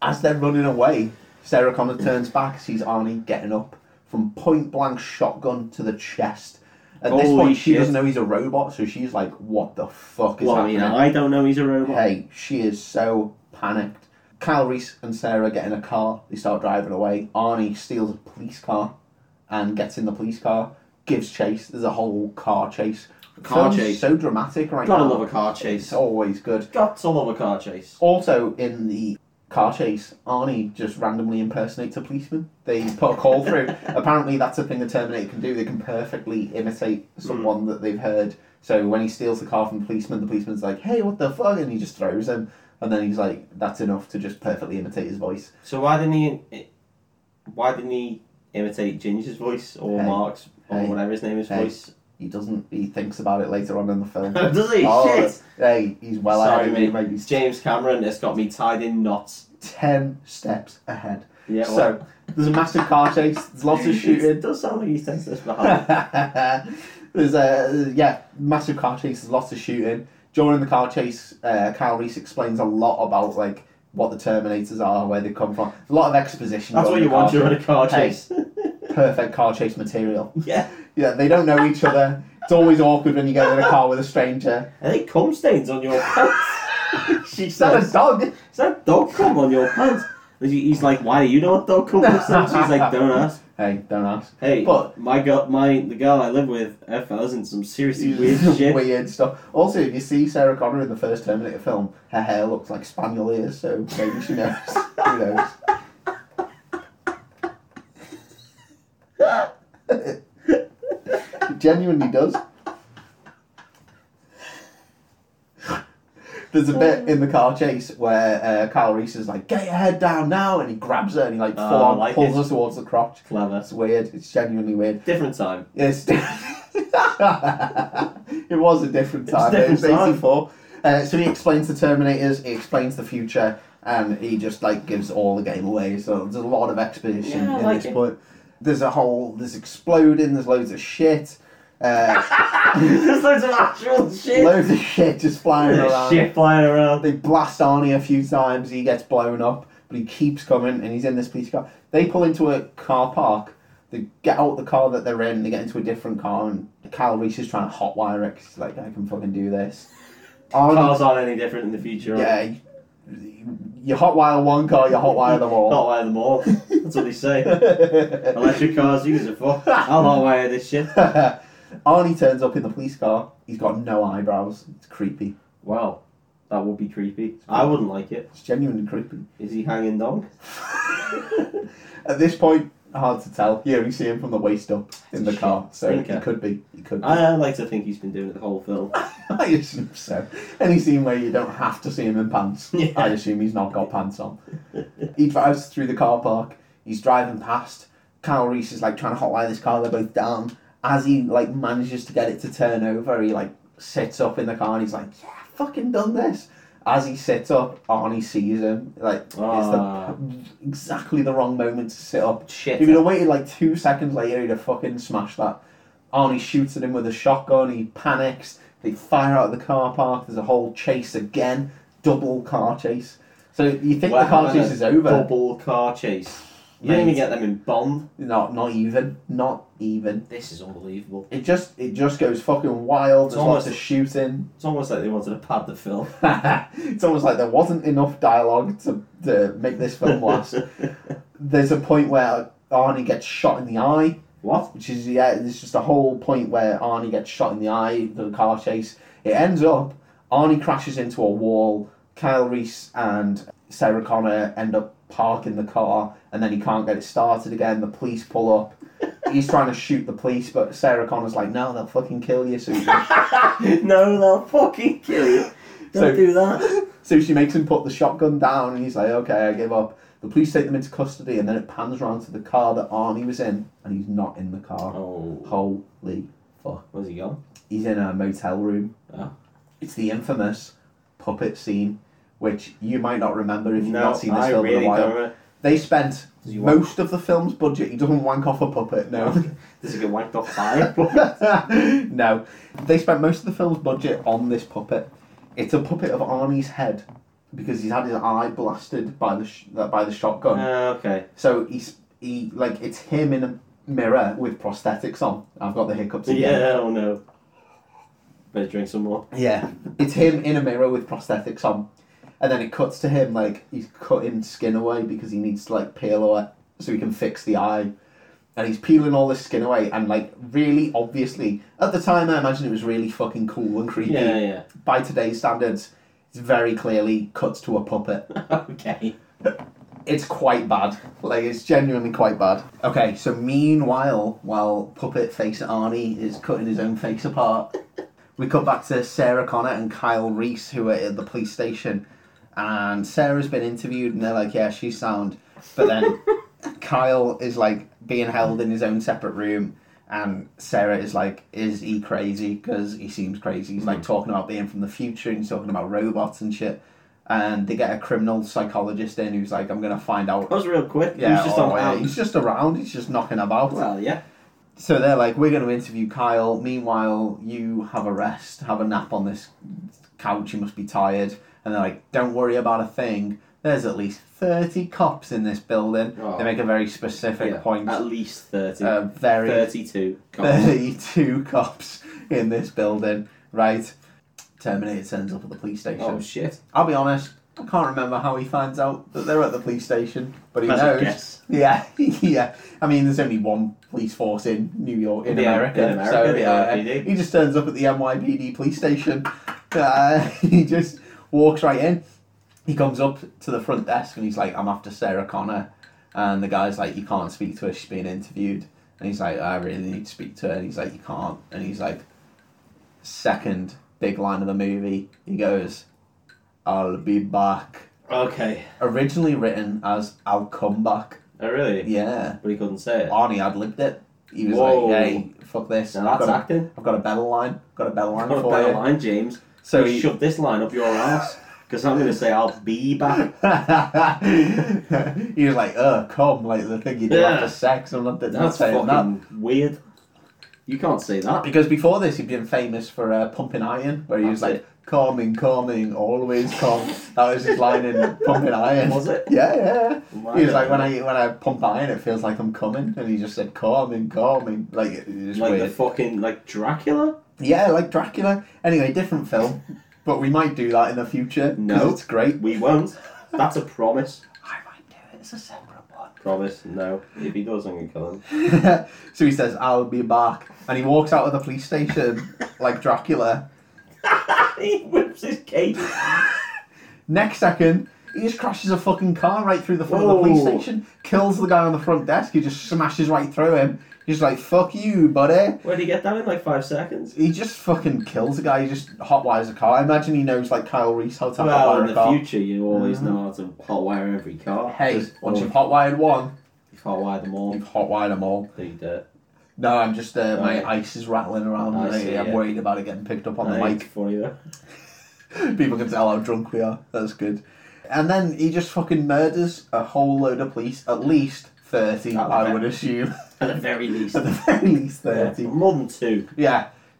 Speaker 1: As they're running away, Sarah Connor turns back, sees Arnie getting up from point blank shotgun to the chest. At this
Speaker 2: Holy
Speaker 1: point, she
Speaker 2: shit.
Speaker 1: doesn't know he's a robot, so she's like, "What the fuck is
Speaker 2: Well, I
Speaker 1: happening?"
Speaker 2: mean, I don't know he's a robot.
Speaker 1: Hey, she is so panicked. Kyle Reese and Sarah get in a car. They start driving away. Arnie steals a police car and gets in the police car. Gives chase. There's a whole car chase.
Speaker 2: Car
Speaker 1: Film's
Speaker 2: chase.
Speaker 1: So dramatic right
Speaker 2: Gotta
Speaker 1: now.
Speaker 2: love a car chase.
Speaker 1: It's always good.
Speaker 2: Got to love a car chase.
Speaker 1: Also, in the car chase, Arnie just randomly impersonates a policeman. They put a call through. Apparently, that's a thing a Terminator can do. They can perfectly imitate someone that they've heard. So when he steals the car from the policeman, the policeman's like, "Hey, what the fuck?" and he just throws him. And then he's like, "That's enough to just perfectly imitate his voice."
Speaker 2: So why didn't he? Why didn't he imitate Ginger's voice or
Speaker 1: Hey.
Speaker 2: Mark's or
Speaker 1: Hey.
Speaker 2: whatever his name is
Speaker 1: Hey.
Speaker 2: voice?
Speaker 1: He doesn't. He thinks about it later on in the film.
Speaker 2: Does he? Shit.
Speaker 1: Hey, he's Oh, well
Speaker 2: Sorry,
Speaker 1: ahead of you,
Speaker 2: mate.
Speaker 1: mate. He's
Speaker 2: James Cameron has got me tied in knots.
Speaker 1: ten steps ahead.
Speaker 2: Yeah. well,
Speaker 1: so there's a massive car chase. There's lots of shooting.
Speaker 2: It does sound like he's taking this behind.
Speaker 1: There's a yeah, massive car chase. There's lots of shooting during the car chase. Uh, Kyle Reese explains a lot about like what the Terminators are, where they come from. A lot of exposition.
Speaker 2: That's what
Speaker 1: during
Speaker 2: you
Speaker 1: the
Speaker 2: want
Speaker 1: car
Speaker 2: during a car chase.
Speaker 1: chase. Perfect car chase material.
Speaker 2: yeah.
Speaker 1: Yeah, they don't know each other. It's always awkward when you get in a car with a stranger.
Speaker 2: I think cum stains on your pants. she
Speaker 1: Is that
Speaker 2: says,
Speaker 1: a dog?
Speaker 2: "Is that dog cum on your pants?" And she- He's like, "Why do you know what dog cum looks like?" She's like, "Don't ask."
Speaker 1: Hey, don't ask.
Speaker 2: Hey,
Speaker 1: But-
Speaker 2: my girl, my the girl I live with, her fellas in some seriously weird shit.
Speaker 1: Weird stuff. Also, if you see Sarah Connor in the first Terminator film, her hair looks like spaniel ears, so maybe she knows. Who knows? It genuinely does. There's a bit in the car chase where uh, Kyle Reese is like, "Get your head down now," and he grabs her and he like
Speaker 2: Oh,
Speaker 1: full on
Speaker 2: I like
Speaker 1: pulls
Speaker 2: it.
Speaker 1: her towards the crotch.
Speaker 2: Clever.
Speaker 1: That's weird. It's genuinely weird.
Speaker 2: Different time.
Speaker 1: Yes. it was a different
Speaker 2: It's a
Speaker 1: time. It was
Speaker 2: different time.
Speaker 1: 84. Uh, so he explains the Terminators, he explains the future, and he just like gives all the game away. So there's a lot of exposition
Speaker 2: Yeah, I
Speaker 1: in
Speaker 2: like
Speaker 1: this
Speaker 2: it.
Speaker 1: point. There's a whole, there's exploding, there's loads of shit. Uh,
Speaker 2: There's loads of actual shit.
Speaker 1: loads of shit just flying
Speaker 2: There's
Speaker 1: around.
Speaker 2: shit flying around.
Speaker 1: They blast Arnie a few times, he gets blown up, but he keeps coming and he's in this police car. They pull into a car park, they get out the car that they're in, they get into a different car, and Kyle Reese is trying to hotwire it 'cause he's like, I can fucking do this. Arnie,
Speaker 2: Cars aren't any different in the future.
Speaker 1: yeah, you, you hotwire one car, you hotwire them all.
Speaker 2: Not wire them all. That's what they say. Electric cars, you guys are fuck. I'll not wire this shit.
Speaker 1: Arnie turns up in the police car, he's got no eyebrows, it's creepy.
Speaker 2: Wow, that would be creepy. I wouldn't like it.
Speaker 1: It's genuinely creepy.
Speaker 2: Is he hanging dong?
Speaker 1: At this point, hard to tell. You only see him from the waist up in the car, so he
Speaker 2: Stinker.
Speaker 1: could be. He could. Be.
Speaker 2: I I like to think he's been doing it the whole film.
Speaker 1: I assume so. Any scene where you don't have to see him in pants,
Speaker 2: Yeah.
Speaker 1: I assume he's not got pants on. He drives through the car park. He's driving past. Kyle Reese is like trying to hotwire this car. They're both down. As he like manages to get it to turn over, he like sits up in the car and he's like, "Yeah, I fucking done this." As he sits up, Arnie sees him. Like
Speaker 2: Ah.
Speaker 1: it's the exactly the wrong moment to sit up.
Speaker 2: Shit.
Speaker 1: If he'd have waited like two seconds later, he'd have fucking smashed that. Arnie shoots at him with a shotgun, he panics, they fire out of the car park, there's a whole chase again, double car chase. So you think
Speaker 2: Wow,
Speaker 1: the car chase
Speaker 2: a
Speaker 1: is over.
Speaker 2: Double car chase. You don't even
Speaker 1: Mate.
Speaker 2: get them in Bond.
Speaker 1: No, not even. Not even.
Speaker 2: This is unbelievable.
Speaker 1: It just it just goes fucking wild.
Speaker 2: It's
Speaker 1: There's lots
Speaker 2: almost-
Speaker 1: of shooting.
Speaker 2: It's almost like they wanted to pad the film.
Speaker 1: it's almost like there wasn't enough dialogue to, to make this film last. There's a point where Arnie gets shot in the eye,
Speaker 2: what?
Speaker 1: which is yeah, there's just a whole point where Arnie gets shot in the eye, the car chase. It ends up Arnie crashes into a wall, Kyle Reese and Sarah Connor end up parking the car and then he can't get it started again, the police pull up. He's trying to shoot the police, but Sarah Connor's like, No, they'll fucking kill you, so
Speaker 2: no, they'll fucking kill you. Don't
Speaker 1: So-
Speaker 2: do that.
Speaker 1: So she makes him put the shotgun down, and he's like, "Okay, I give up." The police take them into custody, and then it pans round to the car that Arnie was in, and he's not in the car.
Speaker 2: Oh,
Speaker 1: Holy fuck!
Speaker 2: where's he gone?
Speaker 1: He's in a motel room.
Speaker 2: Oh.
Speaker 1: It's the infamous puppet scene, which you might not remember if you've
Speaker 2: no,
Speaker 1: not seen this
Speaker 2: I
Speaker 1: film
Speaker 2: really
Speaker 1: in a while.
Speaker 2: don't remember.
Speaker 1: They spent
Speaker 2: Does he wank?
Speaker 1: most of the film's budget. He doesn't wank off a puppet, no.
Speaker 2: Does he get wanked off by?
Speaker 1: no, they spent most of the film's budget on this puppet. It's a puppet of Arnie's head because he's had his eye blasted by the sh- uh, by the shotgun.
Speaker 2: Uh, okay.
Speaker 1: So he's he like it's him in a mirror with prosthetics on. I've got the hiccups again.
Speaker 2: Yeah, oh no. Better drink some more.
Speaker 1: Yeah, it's him in a mirror with prosthetics on, and then it cuts to him like he's cutting skin away because he needs to like peel away so he can fix the eye, and he's peeling all this skin away and like really obviously at the time I imagine it was really fucking cool and creepy
Speaker 2: Yeah, yeah.
Speaker 1: by today's standards. It's very clearly cuts to a puppet.
Speaker 2: okay.
Speaker 1: It's quite bad. Like it's genuinely quite bad. Okay, so meanwhile, while puppet face Arnie is cutting his own face apart, we cut back to Sarah Connor and Kyle Reese who are at the police station, and Sarah's been interviewed, and they're like, "Yeah, she's sound," but then Kyle is like being held in his own separate room. And Sarah is like, is he crazy? Because he seems crazy. He's like talking about being from the future and he's talking about robots and shit. And they get a criminal psychologist in who's like, I'm going to find out
Speaker 2: That was real quick.
Speaker 1: yeah,
Speaker 2: he was Oh, just
Speaker 1: oh,
Speaker 2: on
Speaker 1: yeah,
Speaker 2: out.
Speaker 1: He's just around. He's just knocking about.
Speaker 2: Well, yeah.
Speaker 1: So they're like, "We're going to interview Kyle. Meanwhile, you have a rest, have a nap on this couch. You must be tired." And they're like, "Don't worry about a thing. There's at least thirty cops in this building."
Speaker 2: Oh.
Speaker 1: They make a very specific
Speaker 2: yeah.
Speaker 1: point.
Speaker 2: At least 30.
Speaker 1: Uh, very
Speaker 2: 32. God.
Speaker 1: thirty-two cops in this building, right? Terminator turns up at the police station.
Speaker 2: Oh, shit.
Speaker 1: I'll be honest. I can't remember how he finds out that they're at the police station, but he
Speaker 2: That's a
Speaker 1: knows.
Speaker 2: guess.
Speaker 1: Yeah, yeah. I mean, there's only one police force in New York, in
Speaker 2: Yeah,
Speaker 1: America.
Speaker 2: in America,
Speaker 1: so,
Speaker 2: the
Speaker 1: yeah,
Speaker 2: NYPD.
Speaker 1: he just turns up at the NYPD police station. Uh, he just walks right in. He comes up to the front desk and he's like, "I'm after Sarah Connor," and the guy's like, "You can't speak to her. She's being interviewed." And he's like, "I really need to speak to her." And he's like, "You can't." And he's like, second big line of the movie, he goes, "I'll be back."
Speaker 2: Okay.
Speaker 1: Originally written as "I'll come back."
Speaker 2: Oh, really?
Speaker 1: Yeah.
Speaker 2: But he couldn't say it.
Speaker 1: Arnie had lived it. He was
Speaker 2: Whoa.
Speaker 1: like, hey, fuck this.
Speaker 2: now
Speaker 1: I've,
Speaker 2: that's
Speaker 1: got a,
Speaker 2: acting.
Speaker 1: I've got a better line. Got a better line
Speaker 2: Got a
Speaker 1: for
Speaker 2: better
Speaker 1: you.
Speaker 2: line, James.
Speaker 1: So
Speaker 2: So
Speaker 1: he,
Speaker 2: shove this line up your ass. Because I'm going to say I'll be back.
Speaker 1: he was like, uh, come, like the thing you do
Speaker 2: Yeah.
Speaker 1: after sex. I'm not, not
Speaker 2: That's
Speaker 1: saying
Speaker 2: fucking
Speaker 1: that.
Speaker 2: weird. You can't say that.
Speaker 1: Because before this, he'd been famous for uh, Pumping Iron, where he was
Speaker 2: That's
Speaker 1: like, calming, calming, always calm. that was his line in Pumping Iron.
Speaker 2: Was it?
Speaker 1: Yeah, yeah.
Speaker 2: My
Speaker 1: He was like, when
Speaker 2: God.
Speaker 1: I when I pump iron, it feels like I'm coming, and he just said, calming, calming. Like, it- it's
Speaker 2: Like
Speaker 1: weird.
Speaker 2: the fucking, like Dracula?
Speaker 1: Yeah, like Dracula. Anyway, different film, but we might do that in the future. 'cause
Speaker 2: No.
Speaker 1: it's great.
Speaker 2: We won't. That's a promise.
Speaker 1: I might do it as a separate
Speaker 2: Promise, no. If he does, I'm going to kill him.
Speaker 1: one. so he says, "I'll be back," and he walks out of the police station like Dracula.
Speaker 2: he whips his cape.
Speaker 1: Next second, he just crashes a fucking car right through the front of the police
Speaker 2: Whoa.
Speaker 1: station, kills the guy on the front desk. He just smashes right through him. He's like, "Fuck you, buddy."
Speaker 2: Where'd he get that in like five seconds?
Speaker 1: He just fucking kills the guy. He just hotwires a car. I imagine he knows like Kyle Reese how to
Speaker 2: well,
Speaker 1: hotwire
Speaker 2: in
Speaker 1: a
Speaker 2: the
Speaker 1: car.
Speaker 2: future, you always know how to hotwire every car.
Speaker 1: Hey,
Speaker 2: Just
Speaker 1: once
Speaker 2: always
Speaker 1: you've hotwired one,
Speaker 2: hotwire them all.
Speaker 1: you've hotwired them all.
Speaker 2: They do it.
Speaker 1: No, I'm just uh, my
Speaker 2: Oh.
Speaker 1: ice is rattling around.
Speaker 2: I
Speaker 1: and I
Speaker 2: see,
Speaker 1: I'm
Speaker 2: yeah.
Speaker 1: worried about it getting picked up on
Speaker 2: Aye,
Speaker 1: the
Speaker 2: it's funny though.
Speaker 1: mic. People can tell how drunk we are. That's good. And then he just fucking murders a whole load of police. At least thirty,
Speaker 2: At the
Speaker 1: I
Speaker 2: ve-
Speaker 1: would assume.
Speaker 2: At the very least.
Speaker 1: At the very least
Speaker 2: Yeah,
Speaker 1: thirty. Yeah.
Speaker 2: More than two.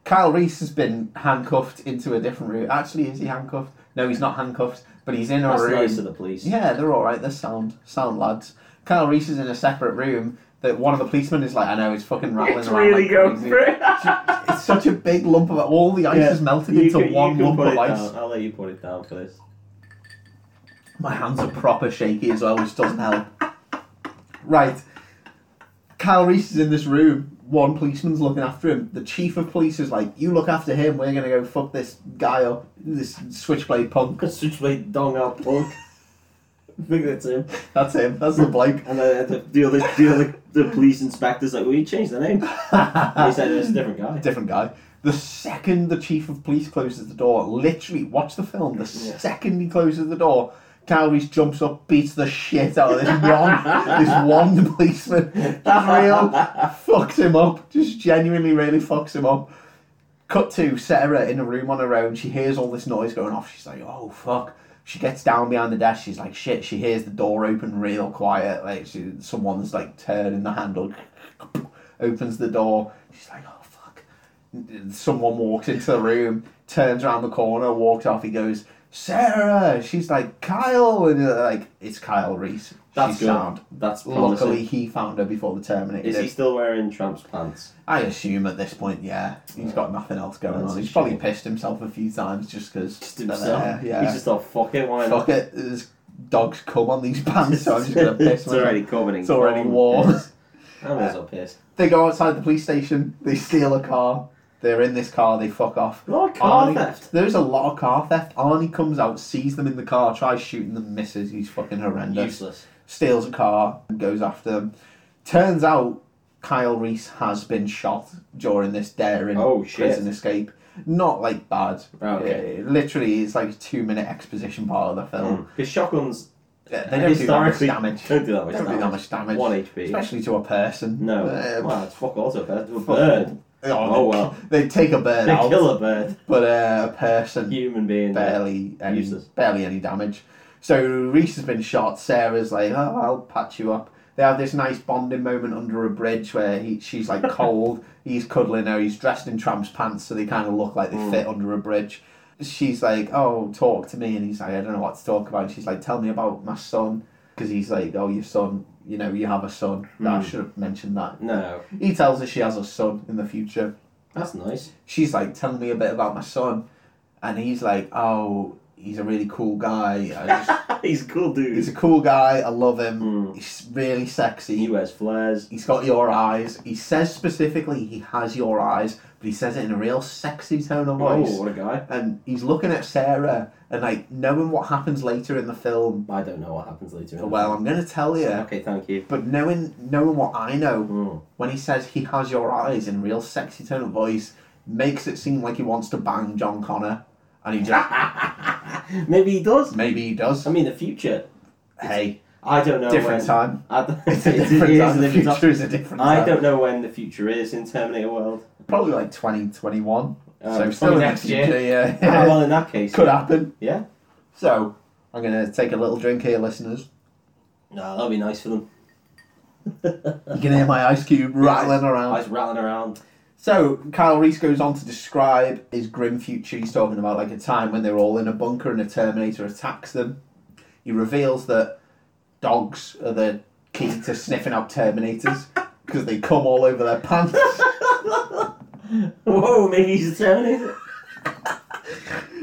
Speaker 1: Kyle Reese has been handcuffed into a different room. Actually, is he handcuffed? No, he's not handcuffed. But he's in a
Speaker 2: That's
Speaker 1: room.
Speaker 2: nice of the police.
Speaker 1: Yeah, they're all right. They're sound, sound lads. Kyle Reese is in a separate room that one of the policemen is like, I know, it's fucking rattling
Speaker 2: It's
Speaker 1: around.
Speaker 2: really
Speaker 1: like
Speaker 2: going
Speaker 1: crazy."
Speaker 2: for it.
Speaker 1: It's such a big lump of all the ice
Speaker 2: Yeah.
Speaker 1: is melted
Speaker 2: You
Speaker 1: into
Speaker 2: can- you
Speaker 1: one
Speaker 2: can
Speaker 1: lump
Speaker 2: put
Speaker 1: of
Speaker 2: it
Speaker 1: ice.
Speaker 2: down. I'll let you put it down for this.
Speaker 1: My hands are proper shaky as well, which doesn't help. Right. Kyle Reese is in this room. One policeman's looking after him. The chief of police is like, You look after him, we're going to go fuck this guy up, this switchblade punk.
Speaker 2: Because switchblade dong out plug. I think that's him.
Speaker 1: That's him, that's the bloke.
Speaker 2: And then uh, the, the other, the other, the police inspector's like, "Well, you changed the name." And he said, "It's a different guy."
Speaker 1: Different guy. The second the chief of police closes the door, literally, watch the film. The
Speaker 2: Yeah.
Speaker 1: second he closes the door, Kyle Reese jumps up, beats the shit out of this one, this one policeman. Just real fucks him up. Just genuinely, really fucks him up. Cut to Sarah in a room on her own. She hears all this noise going off. She's like, "Oh fuck!" She gets down behind the desk. She's like, "Shit!" She hears the door open real quiet. Like she, someone's like turning the handle. Opens the door. She's like, "Oh fuck!" Someone walks into the room, turns around the corner, walks off. He goes, "Sarah." She's like, "Kyle," and uh, like it's Kyle Reese.
Speaker 2: That's
Speaker 1: She's
Speaker 2: good.
Speaker 1: sound.
Speaker 2: That's promising.
Speaker 1: Luckily, he found her before the Terminator.
Speaker 2: Is
Speaker 1: did.
Speaker 2: he still wearing tramp's pants?
Speaker 1: I assume at this point, yeah, he's got nothing else going
Speaker 2: That's
Speaker 1: on.
Speaker 2: a
Speaker 1: He's probably
Speaker 2: shame.
Speaker 1: pissed himself a few times just because.
Speaker 2: Just himself.
Speaker 1: Uh, yeah.
Speaker 2: He just thought, "Fuck it, why not?"
Speaker 1: Fuck it. There's dogs cum on these pants, so I'm just gonna piss
Speaker 2: it's
Speaker 1: myself.
Speaker 2: already covered in
Speaker 1: It's already
Speaker 2: corn
Speaker 1: warm.
Speaker 2: piss. I might as well piss.
Speaker 1: They go outside the police station. They steal a car. They're in this car. They fuck off.
Speaker 2: What car
Speaker 1: Arnie-
Speaker 2: theft?
Speaker 1: There's a lot of car theft. Arnie comes out, sees them in the car, tries shooting them, misses. He's fucking horrendous.
Speaker 2: Useless.
Speaker 1: steals a car and goes after them. Turns out Kyle Reese has been shot during this daring
Speaker 2: Oh, shit. Oh,
Speaker 1: prison escape. Not like bad.
Speaker 2: Okay.
Speaker 1: Uh, literally, it's like a two minute exposition part of the film.
Speaker 2: Because shotguns
Speaker 1: Yeah, they don't do that much
Speaker 2: Hmm. historically
Speaker 1: damage.
Speaker 2: Don't do that
Speaker 1: They
Speaker 2: much
Speaker 1: don't
Speaker 2: damage.
Speaker 1: do that much damage.
Speaker 2: One HP.
Speaker 1: Especially to a person.
Speaker 2: No,
Speaker 1: Uh,
Speaker 2: well, it's fuck also bad. A
Speaker 1: fuck
Speaker 2: bird.
Speaker 1: all.
Speaker 2: Oh,
Speaker 1: Oh,
Speaker 2: well.
Speaker 1: They take a bird
Speaker 2: They
Speaker 1: out,
Speaker 2: kill a bird.
Speaker 1: but uh, a person
Speaker 2: Human being.
Speaker 1: barely any,
Speaker 2: Useless.
Speaker 1: barely any damage. So Reese has been shot. Sarah's like, oh, I'll patch you up. They have this nice bonding moment under a bridge where he, she's like cold. He's cuddling her. He's dressed in tramp's pants, so they kind of look like they fit under a bridge. She's like, oh, talk to me, and he's like, I don't know what to talk about. And she's like, tell me about my son, because he's like, oh, your son. You know, you have a son. I should have mentioned that.
Speaker 2: No,
Speaker 1: He tells her she has a son in the future
Speaker 2: that's nice.
Speaker 1: she's like, tell me a bit about my son. And he's like, oh, he's a really cool guy. I just,
Speaker 2: He's a cool dude.
Speaker 1: he's a cool guy. I love him.
Speaker 2: Mm.
Speaker 1: He's really
Speaker 2: He
Speaker 1: sexy.
Speaker 2: wears flares.
Speaker 1: He's got your eyes. He says specifically he has your eyes, but he says it in a real sexy tone of
Speaker 2: Oh,
Speaker 1: voice.
Speaker 2: what a guy.
Speaker 1: And he's looking at Sarah and like knowing what happens later in the film.
Speaker 2: I don't know what happens later. in
Speaker 1: Oh, Well, I'm gonna tell
Speaker 2: the-
Speaker 1: you.
Speaker 2: okay, thank you.
Speaker 1: But knowing knowing what I know,
Speaker 2: Mm.
Speaker 1: when he says he has your eyes in real sexy tone of voice, makes it seem like he wants to bang John Connor, and he just
Speaker 2: Maybe he does.
Speaker 1: maybe he does.
Speaker 2: I mean, the future.
Speaker 1: Hey,
Speaker 2: I don't know
Speaker 1: different
Speaker 2: when.
Speaker 1: time.
Speaker 2: I don't-
Speaker 1: It's a
Speaker 2: it is
Speaker 1: different
Speaker 2: a
Speaker 1: time. The
Speaker 2: different
Speaker 1: future is a different time.
Speaker 2: I don't know when the future is in Terminator World.
Speaker 1: Probably like twenty twenty one.
Speaker 2: Um,
Speaker 1: so
Speaker 2: probably
Speaker 1: still in the
Speaker 2: next year.
Speaker 1: future, Yeah,
Speaker 2: Ah, well, in that case,
Speaker 1: could happen.
Speaker 2: yeah.
Speaker 1: So I'm gonna take a little drink here, listeners.
Speaker 2: No, that'll be nice for them.
Speaker 1: You can hear my ice cube rattling around.
Speaker 2: Eyes rattling around.
Speaker 1: So Kyle Reese goes on to describe his grim future. He's talking about like a time when they're all in a bunker and a Terminator attacks them. He reveals that dogs are the key to sniffing out Terminators because they come all over their pants.
Speaker 2: Whoa, maybe he's a Terminator.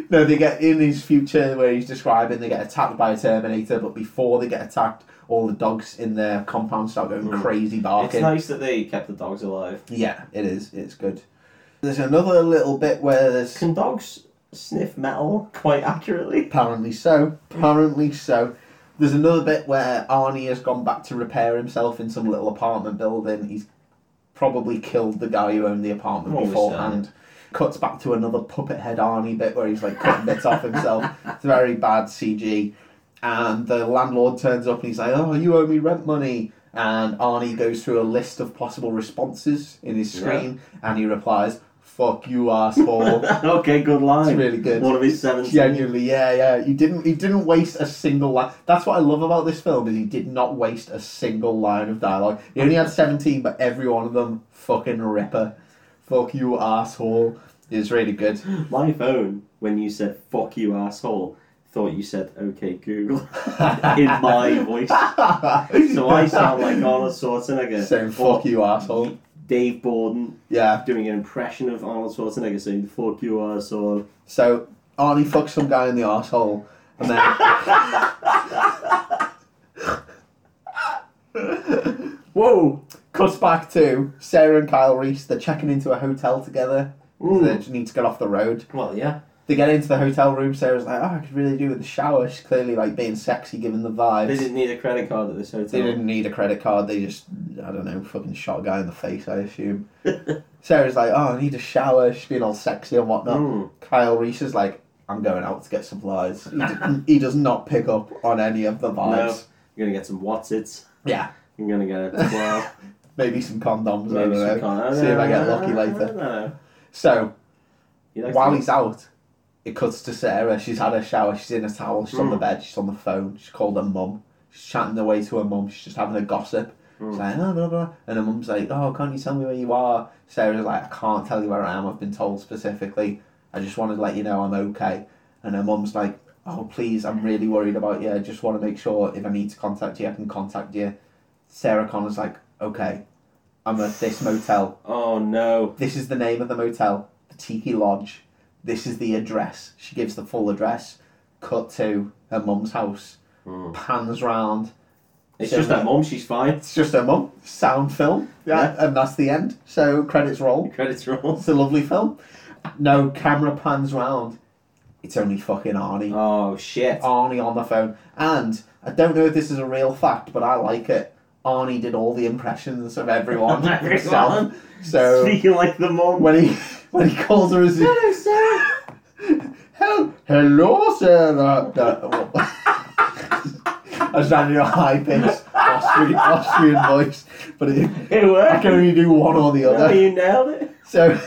Speaker 1: no, they get in his future where he's describing they get attacked by a Terminator, but before they get attacked, all the dogs in their compound start going
Speaker 2: Mm.
Speaker 1: crazy
Speaker 2: It's
Speaker 1: barking.
Speaker 2: nice that they kept the dogs alive.
Speaker 1: yeah, it is. It's good. There's another little bit where there's
Speaker 2: Can dogs sniff metal quite accurately?
Speaker 1: Apparently so. Apparently so. There's another bit where Arnie has gone back to repair himself in some little apartment building. He's probably killed the guy who owned the apartment
Speaker 2: Always
Speaker 1: beforehand. Cuts back to another puppet head Arnie bit where he's like cutting bits off himself. It's very bad CG. And the landlord turns up and he's like, Oh, you owe me rent money. And Arnie goes through a list of possible responses in his
Speaker 2: Yeah.
Speaker 1: screen and he replies, Fuck you, asshole.
Speaker 2: okay, good line.
Speaker 1: It's really good.
Speaker 2: One of his seven.
Speaker 1: Genuinely, yeah, yeah. He didn't. He didn't waste a single line. That's what I love about this film is he did not waste a single line of dialogue. He only had seventeen, but every one of them fucking ripper. Fuck you, asshole. It's really good.
Speaker 2: My phone, when you said "fuck you, asshole," thought you said okay Google in my voice. So I sound like uh, Arnold Schwarzenegger.
Speaker 1: Saying fuck you, asshole.
Speaker 2: Dave Borden
Speaker 1: Yeah.
Speaker 2: doing an impression of Arnold Schwarzenegger saying fuck you asshole.
Speaker 1: So Arnie fucks some guy in the asshole, and then
Speaker 2: Whoa!
Speaker 1: cuts back to Sarah and Kyle Reese. They're checking into a hotel together. 'cause They
Speaker 2: Mm.
Speaker 1: just need to get off the road.
Speaker 2: Well, yeah.
Speaker 1: They get into the hotel room. Sarah's like, "Oh, I could really do with a shower." She's clearly like being sexy, giving the vibes.
Speaker 2: They didn't need a credit card at this hotel.
Speaker 1: They didn't need a credit card. They just, I don't know, fucking shot a guy in the face, I assume.
Speaker 2: Oh,
Speaker 1: Sarah's like, oh, I need a shower. She's being all sexy and whatnot.
Speaker 2: Mm.
Speaker 1: Kyle Reese is like, I'm going out to get supplies. He, d- he does not pick up on any of the vibes.
Speaker 2: No. You're gonna get some what's it.
Speaker 1: Yeah,
Speaker 2: I'm gonna get a twelve.
Speaker 1: maybe some condoms. I don't
Speaker 2: maybe
Speaker 1: know. eh?
Speaker 2: some Ah. kind.
Speaker 1: See if I get lucky later. So
Speaker 2: You like
Speaker 1: while
Speaker 2: to-
Speaker 1: he's out, it cuts to Sarah. She's had her shower. She's in a towel. She's on the bed. She's on the phone. She's called her mum. She's chatting away to her mum. She's just having a gossip. She's like, oh, blah, blah. And her mum's like, oh, can't you tell me where you are? Sarah's like, I can't tell you where I am. I've been told specifically. I just wanted to let you know I'm okay. And her mum's like, oh, please, I'm really worried about you. I just want to make sure if I need to contact you, I can contact you. Sarah Connor's like, okay, I'm at this motel.
Speaker 2: Oh no.
Speaker 1: This is the name of the motel, the Tiki Lodge. This is the address. She gives the full address. Cut to her mum's house. Pans round.
Speaker 2: It's
Speaker 1: So
Speaker 2: just
Speaker 1: that-
Speaker 2: that mom, she's fine.
Speaker 1: It's just her mum. Sound film.
Speaker 2: Yeah.
Speaker 1: And that's the end. So credits roll.
Speaker 2: Credits rolls.
Speaker 1: It's a lovely film. No, camera pans round. It's only fucking Arnie.
Speaker 2: Oh shit.
Speaker 1: Arnie on the phone. And I don't know if this is a real fact, but I like it. Arnie did all the impressions of everyone
Speaker 2: Everyone.
Speaker 1: himself. So
Speaker 2: Speaking like the mom.
Speaker 1: when he when he calls her as he,
Speaker 2: Hello, Sarah.
Speaker 1: Hello, hello, Sarah. No, I was trying to do a high pitched Austrian, Austrian voice, but it,
Speaker 2: It worked.
Speaker 1: I can only do one or the
Speaker 2: Oh,
Speaker 1: other.
Speaker 2: you nailed it.
Speaker 1: So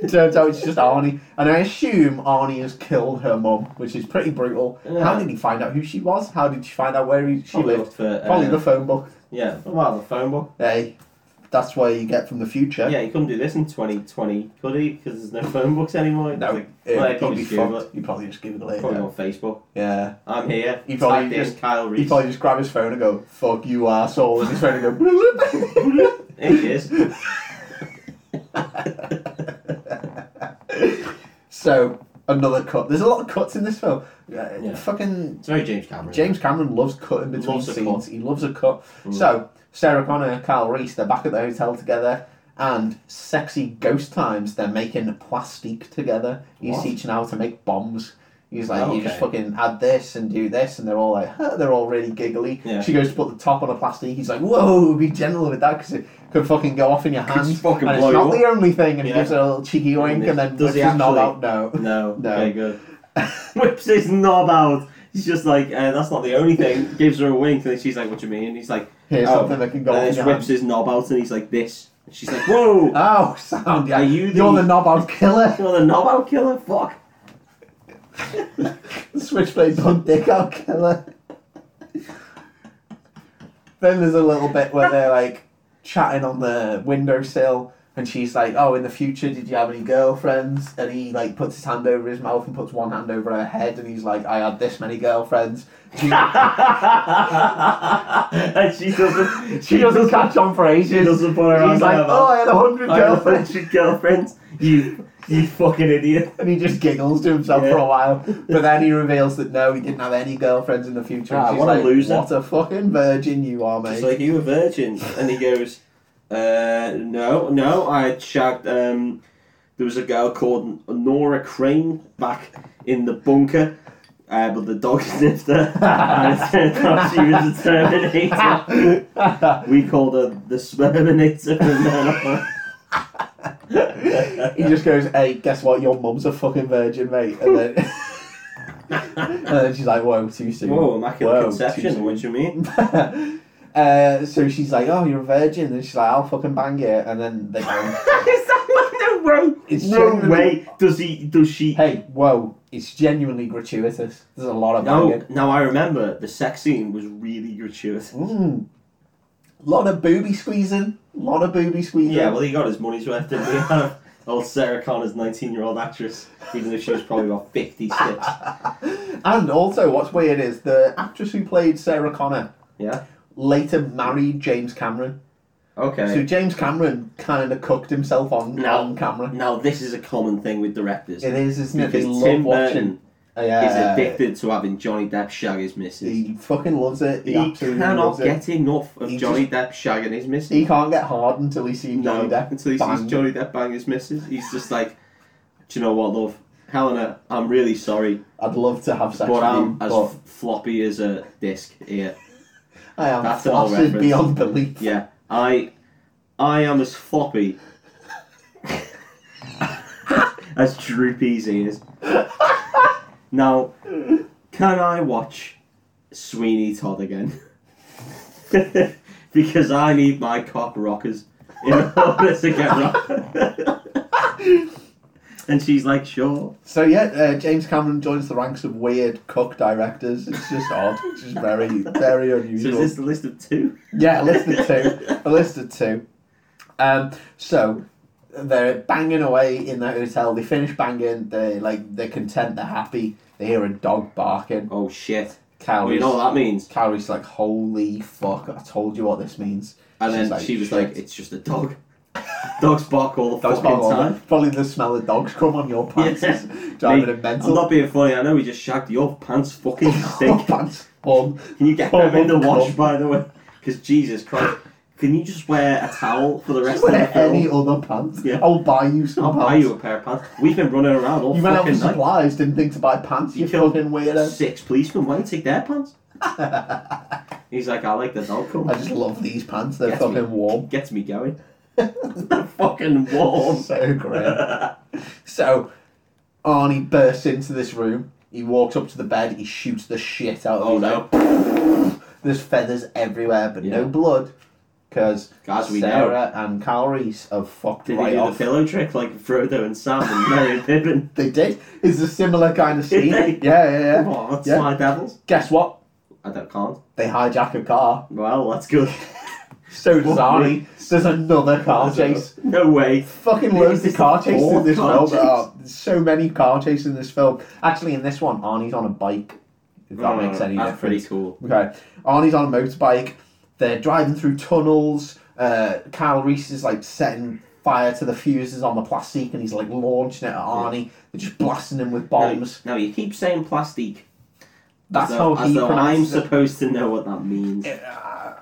Speaker 1: it turns out it's just Arnie, and I assume Arnie has killed her mum, which is pretty brutal. How
Speaker 2: Yeah.
Speaker 1: did he find out who she was? How did she find out where he, she
Speaker 2: Probably
Speaker 1: lived?
Speaker 2: looked for, uh,
Speaker 1: Probably the phone book.
Speaker 2: Yeah, well, the phone book.
Speaker 1: Hey, that's where you get from the future.
Speaker 2: Yeah, you couldn't do this in 2020, could he? Because there's no phone books anymore.
Speaker 1: No,
Speaker 2: Like,
Speaker 1: it
Speaker 2: well, I
Speaker 1: probably
Speaker 2: probably Google
Speaker 1: fucked. You probably just Google
Speaker 2: it.
Speaker 1: it.
Speaker 2: Probably
Speaker 1: yeah.
Speaker 2: on Facebook.
Speaker 1: yeah.
Speaker 2: I'm here.
Speaker 1: He probably
Speaker 2: Type in
Speaker 1: just-
Speaker 2: Kyle
Speaker 1: He
Speaker 2: Reese.
Speaker 1: probably just grab his phone and go, fuck you asshole, and his phone and go,
Speaker 2: There he is.
Speaker 1: So, another cut. There's a lot of cuts in this film. Uh,
Speaker 2: Yeah.
Speaker 1: Fucking
Speaker 2: It's very James Cameron.
Speaker 1: James Cameron loves cutting between
Speaker 2: Loves a
Speaker 1: scenes.
Speaker 2: cut. Mm.
Speaker 1: He loves a cut. So, Sarah Connor, Kyle Reese, they're back at the hotel together, and sexy ghost times, they're making plastique together. He's
Speaker 2: What?
Speaker 1: teaching how to make bombs. He's like, you just
Speaker 2: Okay.
Speaker 1: fucking add this and do this, and they're all like, huh, they're all really giggly.
Speaker 2: Yeah.
Speaker 1: She goes to put the top on a plastique. He's like, whoa, be gentle with that because it could fucking go off in your hand.
Speaker 2: just fucking
Speaker 1: and
Speaker 2: blow
Speaker 1: it's
Speaker 2: you
Speaker 1: not
Speaker 2: up.
Speaker 1: the only thing. And he
Speaker 2: Yeah.
Speaker 1: gives her a little cheeky wink, and then
Speaker 2: Does
Speaker 1: does
Speaker 2: he
Speaker 1: his knob out.
Speaker 2: actually-
Speaker 1: No,
Speaker 2: No,
Speaker 1: No.
Speaker 2: very good. Whips his knob out. He's just like, uh, that's not the only thing. Gives her a wink, and then she's like, what do you mean? He's like,
Speaker 1: here's
Speaker 2: Oh,
Speaker 1: something that can
Speaker 2: and
Speaker 1: go off
Speaker 2: then
Speaker 1: in
Speaker 2: just
Speaker 1: your
Speaker 2: whips
Speaker 1: hand.
Speaker 2: his knob out, and he's like, this. And she's like, whoa!
Speaker 1: Oh, sound yeah.
Speaker 2: Are you the-
Speaker 1: You're the knob out killer.
Speaker 2: You're the knob out killer? Fuck.
Speaker 1: Switchblade on dick out killer. then there's a little bit where they're like chatting on the windowsill and she's like, Oh, in the future did you have any girlfriends? And he like puts his hand over his mouth and puts one hand over her head and he's like, I had this many girlfriends. She,
Speaker 2: and she doesn't.
Speaker 1: she doesn't catch on for ages.
Speaker 2: She doesn't put her
Speaker 1: He's
Speaker 2: hand
Speaker 1: like,
Speaker 2: over.
Speaker 1: Oh, I had a hundred
Speaker 2: I have
Speaker 1: girlfriends.
Speaker 2: hundred girlfriends. You, you fucking idiot.
Speaker 1: And he just giggles to himself
Speaker 2: Yeah.
Speaker 1: for a while. But then he reveals that no, he didn't have any girlfriends in the future. And
Speaker 2: Ah,
Speaker 1: she's
Speaker 2: what a
Speaker 1: like,
Speaker 2: loser.
Speaker 1: What a fucking virgin you are, mate.
Speaker 2: It's like you a virgin, and he goes, uh, no, no. I had shagged. Um, there was a girl called Nora Crane back in the bunker. Uh, but the dog sniffed her, and it turned out she was a Terminator. We called her the Sperminator from then on.
Speaker 1: he just goes, Hey, guess what? Your mum's a fucking virgin, mate. And then, and then she's like, Whoa, too soon.
Speaker 2: Whoa, immaculate
Speaker 1: Whoa, too
Speaker 2: conception.
Speaker 1: soon.
Speaker 2: What do you mean?
Speaker 1: uh, so she's like, Oh, you're a virgin. And she's like, I'll fucking bang you. And then they bang.
Speaker 2: Is that like no way?
Speaker 1: It's
Speaker 2: no
Speaker 1: genuinely-
Speaker 2: way. Does he? Does she?
Speaker 1: hey, whoa, it's genuinely gratuitous. There's a lot of
Speaker 2: No,
Speaker 1: banging.
Speaker 2: now I remember the sex scene was really gratuitous.
Speaker 1: Mm. Lot of booby squeezing. Lot of booby squeezing.
Speaker 2: Yeah, well, he got his money's worth, didn't he? Old Sarah Connor's 19 year old actress, even though she was probably about 56.
Speaker 1: And also, what's weird is the actress who played Sarah Connor
Speaker 2: Yeah?
Speaker 1: later married James Cameron. So
Speaker 2: Okay.
Speaker 1: James Cameron kind of cooked himself on,
Speaker 2: No.
Speaker 1: on camera.
Speaker 2: Now, this is a common thing with directors.
Speaker 1: It is, isn't it?
Speaker 2: Because
Speaker 1: They love
Speaker 2: Tim
Speaker 1: watching.
Speaker 2: Burton is
Speaker 1: Yeah.
Speaker 2: addicted to having Johnny Depp shag his missus.
Speaker 1: He fucking loves it. He,
Speaker 2: He
Speaker 1: absolutely
Speaker 2: cannot
Speaker 1: loves it.
Speaker 2: get enough of
Speaker 1: He
Speaker 2: Johnny Depp shagging his missus.
Speaker 1: He can't get hard until he sees Johnny Depp.
Speaker 2: until he
Speaker 1: bang.
Speaker 2: sees Johnny Depp bang his missus. He's just like, do you know what, love? Helena, I'm really sorry,
Speaker 1: I'd love to have sex
Speaker 2: but
Speaker 1: with
Speaker 2: I'm
Speaker 1: him,
Speaker 2: as
Speaker 1: but
Speaker 2: f- floppy as a disc here.
Speaker 1: I am
Speaker 2: that's an old
Speaker 1: flaccid
Speaker 2: reference.
Speaker 1: beyond belief.
Speaker 2: Yeah, I, I am as floppy as Droopy's ears. Now, can I watch Sweeney Todd again? because I need my cock rockers in order to get rock. and she's like, sure.
Speaker 1: So yeah, uh, James Cameron joins the ranks of weird cook directors. It's just odd. It's just very, very
Speaker 2: So
Speaker 1: unusual.
Speaker 2: is this the list of two?
Speaker 1: Yeah, a list of two. A list of two. Um, so they're banging away in that hotel. They finish banging. They like they're content. They're happy. They hear a dog barking.
Speaker 2: Oh shit. Well, you
Speaker 1: Cowley's,
Speaker 2: know what that means.
Speaker 1: Cowley's like, "Holy fuck! I told you what this means."
Speaker 2: And
Speaker 1: She's
Speaker 2: then
Speaker 1: like,
Speaker 2: she was
Speaker 1: "Shit."
Speaker 2: like, it's just a dog. Dogs bark all the
Speaker 1: Dogs
Speaker 2: fucking
Speaker 1: bark all
Speaker 2: time.
Speaker 1: the- Probably the smell of dogs come on your pants
Speaker 2: Yeah.
Speaker 1: is driving him
Speaker 2: I'm
Speaker 1: mental.
Speaker 2: not being funny, I know we just shagged your pants fucking
Speaker 1: Your
Speaker 2: stink.
Speaker 1: pants on.
Speaker 2: Can you get
Speaker 1: Oh,
Speaker 2: them in the
Speaker 1: my
Speaker 2: wash,
Speaker 1: God.
Speaker 2: by the way? Because Jesus Christ, can you just wear a towel for the rest of the
Speaker 1: Wear
Speaker 2: film?
Speaker 1: any other pants?
Speaker 2: Yeah.
Speaker 1: I'll buy you some
Speaker 2: I'll
Speaker 1: pants.
Speaker 2: buy you a pair of pants. We've been running around all
Speaker 1: You ran out of
Speaker 2: fucking night.
Speaker 1: supplies, didn't think to buy pants. You,
Speaker 2: You killed-
Speaker 1: fucking weirdo.
Speaker 2: Six policemen, why don't you take their pants? He's like, I like the dog
Speaker 1: I
Speaker 2: coat.
Speaker 1: just love these pants. They're
Speaker 2: Gets me.
Speaker 1: fucking warm.
Speaker 2: Gets me going. fucking warm.
Speaker 1: So great. so Arnie bursts into this room. He walks up to the bed. He shoots the shit out of
Speaker 2: Oh
Speaker 1: it.
Speaker 2: no.
Speaker 1: There's feathers everywhere, but
Speaker 2: Yeah.
Speaker 1: no blood. Because
Speaker 2: Guys, we
Speaker 1: Sarah and Calories have fucked
Speaker 2: Did
Speaker 1: right
Speaker 2: he do
Speaker 1: off.
Speaker 2: the pillow trick like Frodo and Sam and Merry and Pippin?
Speaker 1: They did. It's a similar kind of
Speaker 2: Did
Speaker 1: scene. yeah,
Speaker 2: they?
Speaker 1: yeah, yeah.
Speaker 2: Oh, that's
Speaker 1: Yeah.
Speaker 2: my devils.
Speaker 1: Guess what?
Speaker 2: I don't can't.
Speaker 1: They hijack a car.
Speaker 2: Well, that's good.
Speaker 1: So does
Speaker 2: What?
Speaker 1: Arnie. There's another car chase.
Speaker 2: No way.
Speaker 1: Fucking
Speaker 2: This
Speaker 1: loads
Speaker 2: is
Speaker 1: of car
Speaker 2: the
Speaker 1: chases in
Speaker 2: fourth
Speaker 1: this
Speaker 2: car
Speaker 1: film.
Speaker 2: chase.
Speaker 1: Oh, there's so many car chases in this film. Actually, in this one, Arnie's on a bike. If that makes any
Speaker 2: That's Mm, pretty
Speaker 1: difference.
Speaker 2: cool.
Speaker 1: Okay, Arnie's on a motorbike. They're driving through tunnels. Uh, Kyle Reese is like setting fire to the fuses on the plastic, and he's like launching it at Arnie. They're just blasting him with bombs.
Speaker 2: Now, you keep saying plastique.
Speaker 1: That's
Speaker 2: as though,
Speaker 1: how
Speaker 2: as
Speaker 1: he
Speaker 2: though I'm
Speaker 1: pronounces it.
Speaker 2: supposed to know what that means.
Speaker 1: Uh,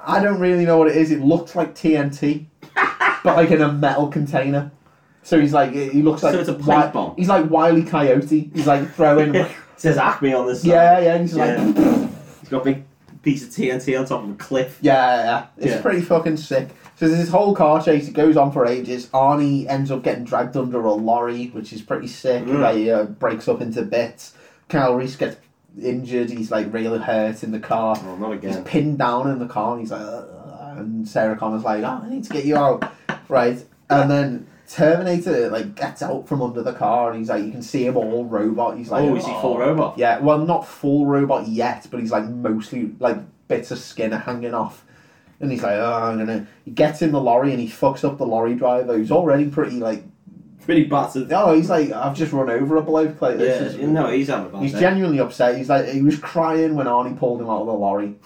Speaker 1: I don't really know what it is. It looks like TNT, but like in a metal container. So he's like, he looks
Speaker 2: So
Speaker 1: like
Speaker 2: it's a pipe
Speaker 1: Wi-
Speaker 2: bomb.
Speaker 1: He's like Wiley Coyote. He's like throwing.
Speaker 2: it
Speaker 1: yeah,
Speaker 2: says Acme on this.
Speaker 1: yeah. And he's
Speaker 2: Yeah.
Speaker 1: like, yeah,
Speaker 2: He's got a big piece of TNT on top of a cliff.
Speaker 1: yeah. It's
Speaker 2: Yeah.
Speaker 1: pretty fucking sick. So there's this whole car chase. It goes on for ages. Arnie ends up getting dragged under a lorry, which is pretty sick.
Speaker 2: Mm.
Speaker 1: They uh, breaks up into bits. Kyle Reese gets injured. He's like really hurt in the car.
Speaker 2: Oh, not
Speaker 1: He's
Speaker 2: again.
Speaker 1: pinned down in the car and he's like, "Ugh," and Sarah Connor's like, oh, I need to get you out. Right. And then Terminator like gets out from under the car and he's like, you can see him all robot. He's like,
Speaker 2: oh, is he full robot?
Speaker 1: Yeah, well, not full robot yet, but he's like mostly like bits of skin are hanging off. And he's like, oh, I'm gonna. He gets in the lorry and he fucks up the lorry driver who's already pretty like,
Speaker 2: Pretty battered.
Speaker 1: oh, he's like, I've just run over a bloke. Like, this
Speaker 2: Yeah,
Speaker 1: is-
Speaker 2: no, he's having a bad
Speaker 1: He's
Speaker 2: day.
Speaker 1: genuinely upset. He's like he was crying when Arnie pulled him out of the lorry.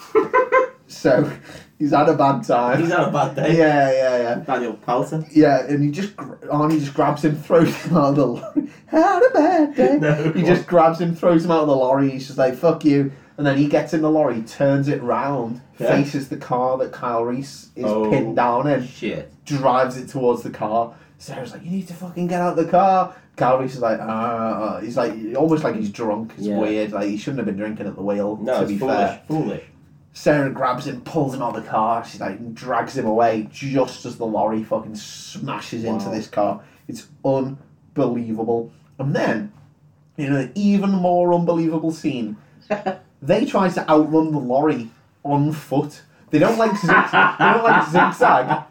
Speaker 1: so he's had a bad time.
Speaker 2: He's had a bad
Speaker 1: yeah,
Speaker 2: day.
Speaker 1: yeah, yeah,
Speaker 2: Daniel Pelter.
Speaker 1: yeah. And he just gr- Arnie just grabs him, throws him out of the lorry. Had a bad day.
Speaker 2: No.
Speaker 1: He just grabs him, throws him out of the lorry. He's just like fuck you. And then he gets in the lorry, turns it round,
Speaker 2: Yeah.
Speaker 1: faces the car that Kyle Reese is
Speaker 2: Oh.
Speaker 1: pinned down in
Speaker 2: Shit.
Speaker 1: drives it towards the car. Sarah's like, "You need to fucking get out of the car." Cowley's is like, "Ah," he's like almost like he's drunk. It's
Speaker 2: Yeah.
Speaker 1: weird. Like he shouldn't have been drinking at the wheel.
Speaker 2: No,
Speaker 1: to
Speaker 2: it's
Speaker 1: be
Speaker 2: foolish.
Speaker 1: fair,
Speaker 2: Foolish.
Speaker 1: Sarah grabs him, pulls him out of the car. She's like, drags him away just as the lorry fucking smashes into
Speaker 2: Wow.
Speaker 1: this car. It's unbelievable. And then, in an even more unbelievable scene, they try to outrun the lorry on foot. They don't like zig- they don't like zigzag.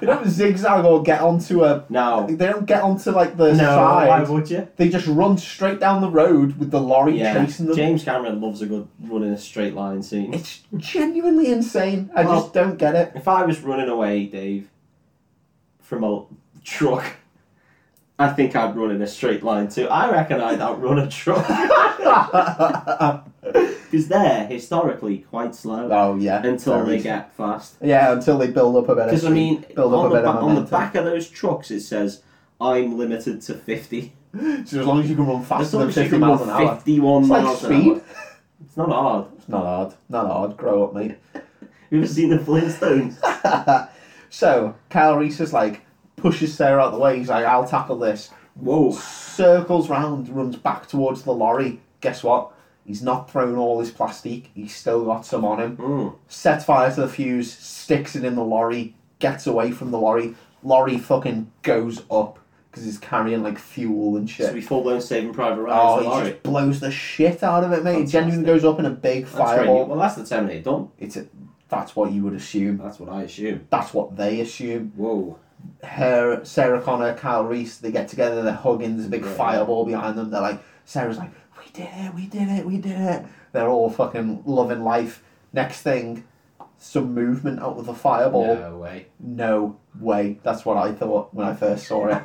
Speaker 1: They don't zigzag or get onto a.
Speaker 2: No.
Speaker 1: They don't get onto like the
Speaker 2: No, why
Speaker 1: side.
Speaker 2: would you?
Speaker 1: They just run straight down the road with the lorry
Speaker 2: Yeah,
Speaker 1: chasing them.
Speaker 2: James Cameron loves a good run in a straight line scene.
Speaker 1: It's genuinely insane. I
Speaker 2: Well-
Speaker 1: just don't get it.
Speaker 2: If I was running away, Dave, from a truck, I think I'd run in a straight line too. I reckon I'd outrun a truck because they're historically quite slow
Speaker 1: oh yeah.
Speaker 2: until
Speaker 1: Very
Speaker 2: they
Speaker 1: easy.
Speaker 2: get fast.
Speaker 1: Yeah, until they build up a better.
Speaker 2: Because I mean,
Speaker 1: build up
Speaker 2: on,
Speaker 1: a
Speaker 2: the
Speaker 1: better
Speaker 2: ba- on the
Speaker 1: momentum.
Speaker 2: back of those trucks it says, "I'm limited to 50."
Speaker 1: so as long as you can run
Speaker 2: As
Speaker 1: faster
Speaker 2: long
Speaker 1: than
Speaker 2: as you
Speaker 1: fifty
Speaker 2: can
Speaker 1: miles
Speaker 2: run
Speaker 1: an hour,
Speaker 2: 51
Speaker 1: it's like
Speaker 2: miles an
Speaker 1: speed.
Speaker 2: hour. It's not hard.
Speaker 1: It's not hard. Not hard. Grow up, mate.
Speaker 2: You ever seen the Flintstones?
Speaker 1: so Kyle Reese is like pushes Sarah out the way. He's like, I'll tackle this.
Speaker 2: Whoa!
Speaker 1: Circles round, runs back towards the lorry. Guess what? He's not thrown all his plastic. He's still got some on him.
Speaker 2: Mm.
Speaker 1: Sets fire to the fuse. Sticks it in the lorry. Gets away from the lorry. Lorry fucking goes up because he's carrying like fuel and shit.
Speaker 2: So we full blown Saving Private Ryan.
Speaker 1: Oh,
Speaker 2: Oh,
Speaker 1: he
Speaker 2: lorry.
Speaker 1: just blows the shit out of it, mate. It
Speaker 2: Fantastic.
Speaker 1: genuinely goes up in a big
Speaker 2: That's pretty neat.
Speaker 1: fireball.
Speaker 2: Well, that's the Terminator done.
Speaker 1: It's a, that's what you would assume.
Speaker 2: That's what I assume.
Speaker 1: That's what they assume.
Speaker 2: Whoa!
Speaker 1: Her, Sarah Connor, Kyle Reese, they get together, they're hugging, there's a big
Speaker 2: Yeah.
Speaker 1: fireball behind them. They're like, Sarah's like, we did it, we did it, we did it. They're all fucking loving life. Next thing, some movement out of the fireball.
Speaker 2: No way.
Speaker 1: No way. That's what I thought when I first saw it.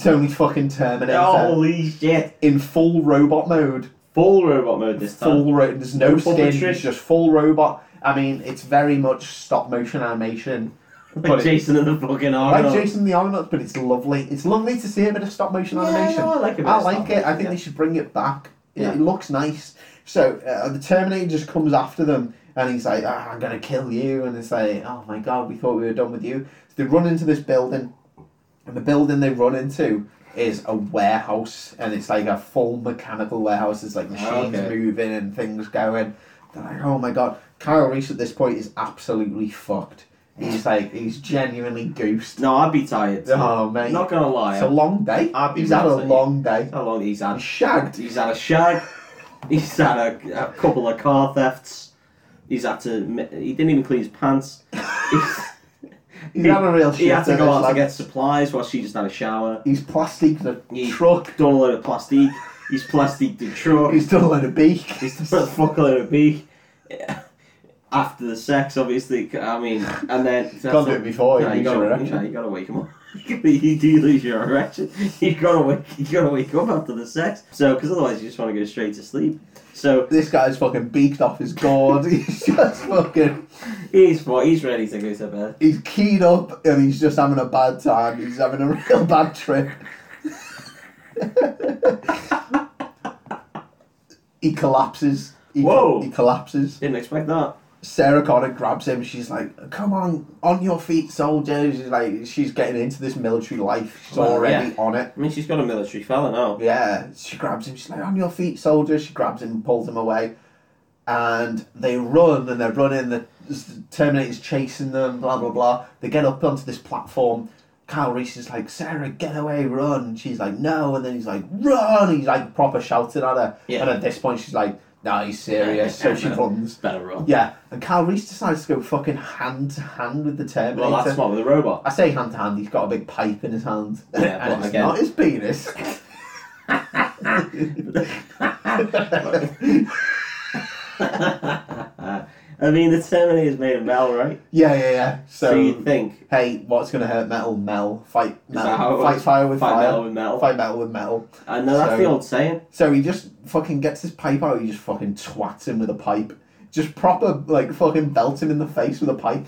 Speaker 1: Tony fucking Terminator
Speaker 2: Holy shit!
Speaker 1: in full robot mode.
Speaker 2: Full robot mode this time.
Speaker 1: full ro- there's no
Speaker 2: No
Speaker 1: skin
Speaker 2: puppetry.
Speaker 1: it's just full robot i mean it's very much stop motion animation
Speaker 2: like
Speaker 1: but it-
Speaker 2: Jason and the fucking
Speaker 1: like
Speaker 2: Argonauts.
Speaker 1: jason the Argonauts, but it's lovely it's lovely to see a bit of stop motion
Speaker 2: Yeah,
Speaker 1: animation
Speaker 2: no, I like a bit
Speaker 1: i
Speaker 2: of
Speaker 1: like
Speaker 2: stop
Speaker 1: it i
Speaker 2: motion,
Speaker 1: think
Speaker 2: yeah.
Speaker 1: they should bring it back It-
Speaker 2: Yeah.
Speaker 1: it looks nice so uh, the terminator just comes after them and he's like ah, i'm gonna kill you and it's like oh my god we thought we were done with you so they run into this building and the building they run into is a warehouse, and it's like a full mechanical warehouse. It's like machines
Speaker 2: okay.
Speaker 1: moving and things going. They're like, oh my god, Kyle Reese at this point is absolutely fucked. He's like, he's genuinely goosed.
Speaker 2: No, I'd be tired.
Speaker 1: Oh mate,
Speaker 2: Not gonna lie.
Speaker 1: it's a long day.
Speaker 2: I'd be
Speaker 1: He's had a
Speaker 2: rattled.
Speaker 1: long day.
Speaker 2: How long he's
Speaker 1: He's
Speaker 2: had?
Speaker 1: shagged.
Speaker 2: He's had a shag. He's had a, a couple of car thefts. He's had to. mi- He didn't even clean his pants. He's,
Speaker 1: He's had a real shit.
Speaker 2: he had to
Speaker 1: in
Speaker 2: go
Speaker 1: his
Speaker 2: out to
Speaker 1: life.
Speaker 2: get supplies while she just had a shower.
Speaker 1: He's plasticked the
Speaker 2: He-
Speaker 1: truck.
Speaker 2: Done a load of plastic. He's plastic the truck.
Speaker 1: He's done a load of beak.
Speaker 2: He's the first fuckload of beak. After the sex, obviously. I mean, and then.
Speaker 1: Can't do it before.
Speaker 2: Yeah,
Speaker 1: he
Speaker 2: you
Speaker 1: needs
Speaker 2: gotta,
Speaker 1: an erection.
Speaker 2: yeah, you gotta wake him up. you do lose your erection. You gotta wake. You gotta wake up after the sex. So, because otherwise you just want to go straight to sleep. So
Speaker 1: This guy's fucking beaked off his gourd. he's just fucking.
Speaker 2: he's for. He's ready to go to bed.
Speaker 1: he's keyed up and he's just having a bad time. He's having a real bad trip. he collapses. He
Speaker 2: Whoa.
Speaker 1: he collapses.
Speaker 2: Didn't expect that.
Speaker 1: Sarah Connor grabs him. She's like, "Come on, on your feet, soldier." She's like, she's getting into this military life. She's
Speaker 2: Well,
Speaker 1: already on it.
Speaker 2: I mean, she's got a military fella now.
Speaker 1: Yeah, she grabs him. She's like, "On your feet, soldier." She grabs him, and pulls him away, and they run and they're running. The Terminator's chasing them. Blah blah blah. They get up onto this platform. Kyle Reese is like, "Sarah, get away, run!" And she's like, "No," and then he's like, "Run!" He's like proper shouting at her.
Speaker 2: Yeah.
Speaker 1: And at this point, she's like, "No, he's serious." So she runs.
Speaker 2: Better run.
Speaker 1: Yeah, and Kyle Reese decides to go fucking hand to hand with the Terminator.
Speaker 2: Well, that's smart with a robot.
Speaker 1: I say hand to hand. He's got a big pipe in his hand.
Speaker 2: Yeah,
Speaker 1: and
Speaker 2: but
Speaker 1: it's
Speaker 2: again-
Speaker 1: not his penis.
Speaker 2: I mean, the Terminator's made of metal, right?
Speaker 1: Yeah, yeah, yeah. So,
Speaker 2: So, you'd think
Speaker 1: hey, what's gonna hurt metal? Mel fight
Speaker 2: that how
Speaker 1: metal,
Speaker 2: it
Speaker 1: fight
Speaker 2: was?
Speaker 1: fire with
Speaker 2: fight
Speaker 1: fire,
Speaker 2: metal with metal.
Speaker 1: fight metal with metal.
Speaker 2: I know that's
Speaker 1: So-
Speaker 2: the old saying.
Speaker 1: So he just fucking gets his pipe out. He just fucking twats him with a pipe. Just proper like fucking belts him in the face with a pipe.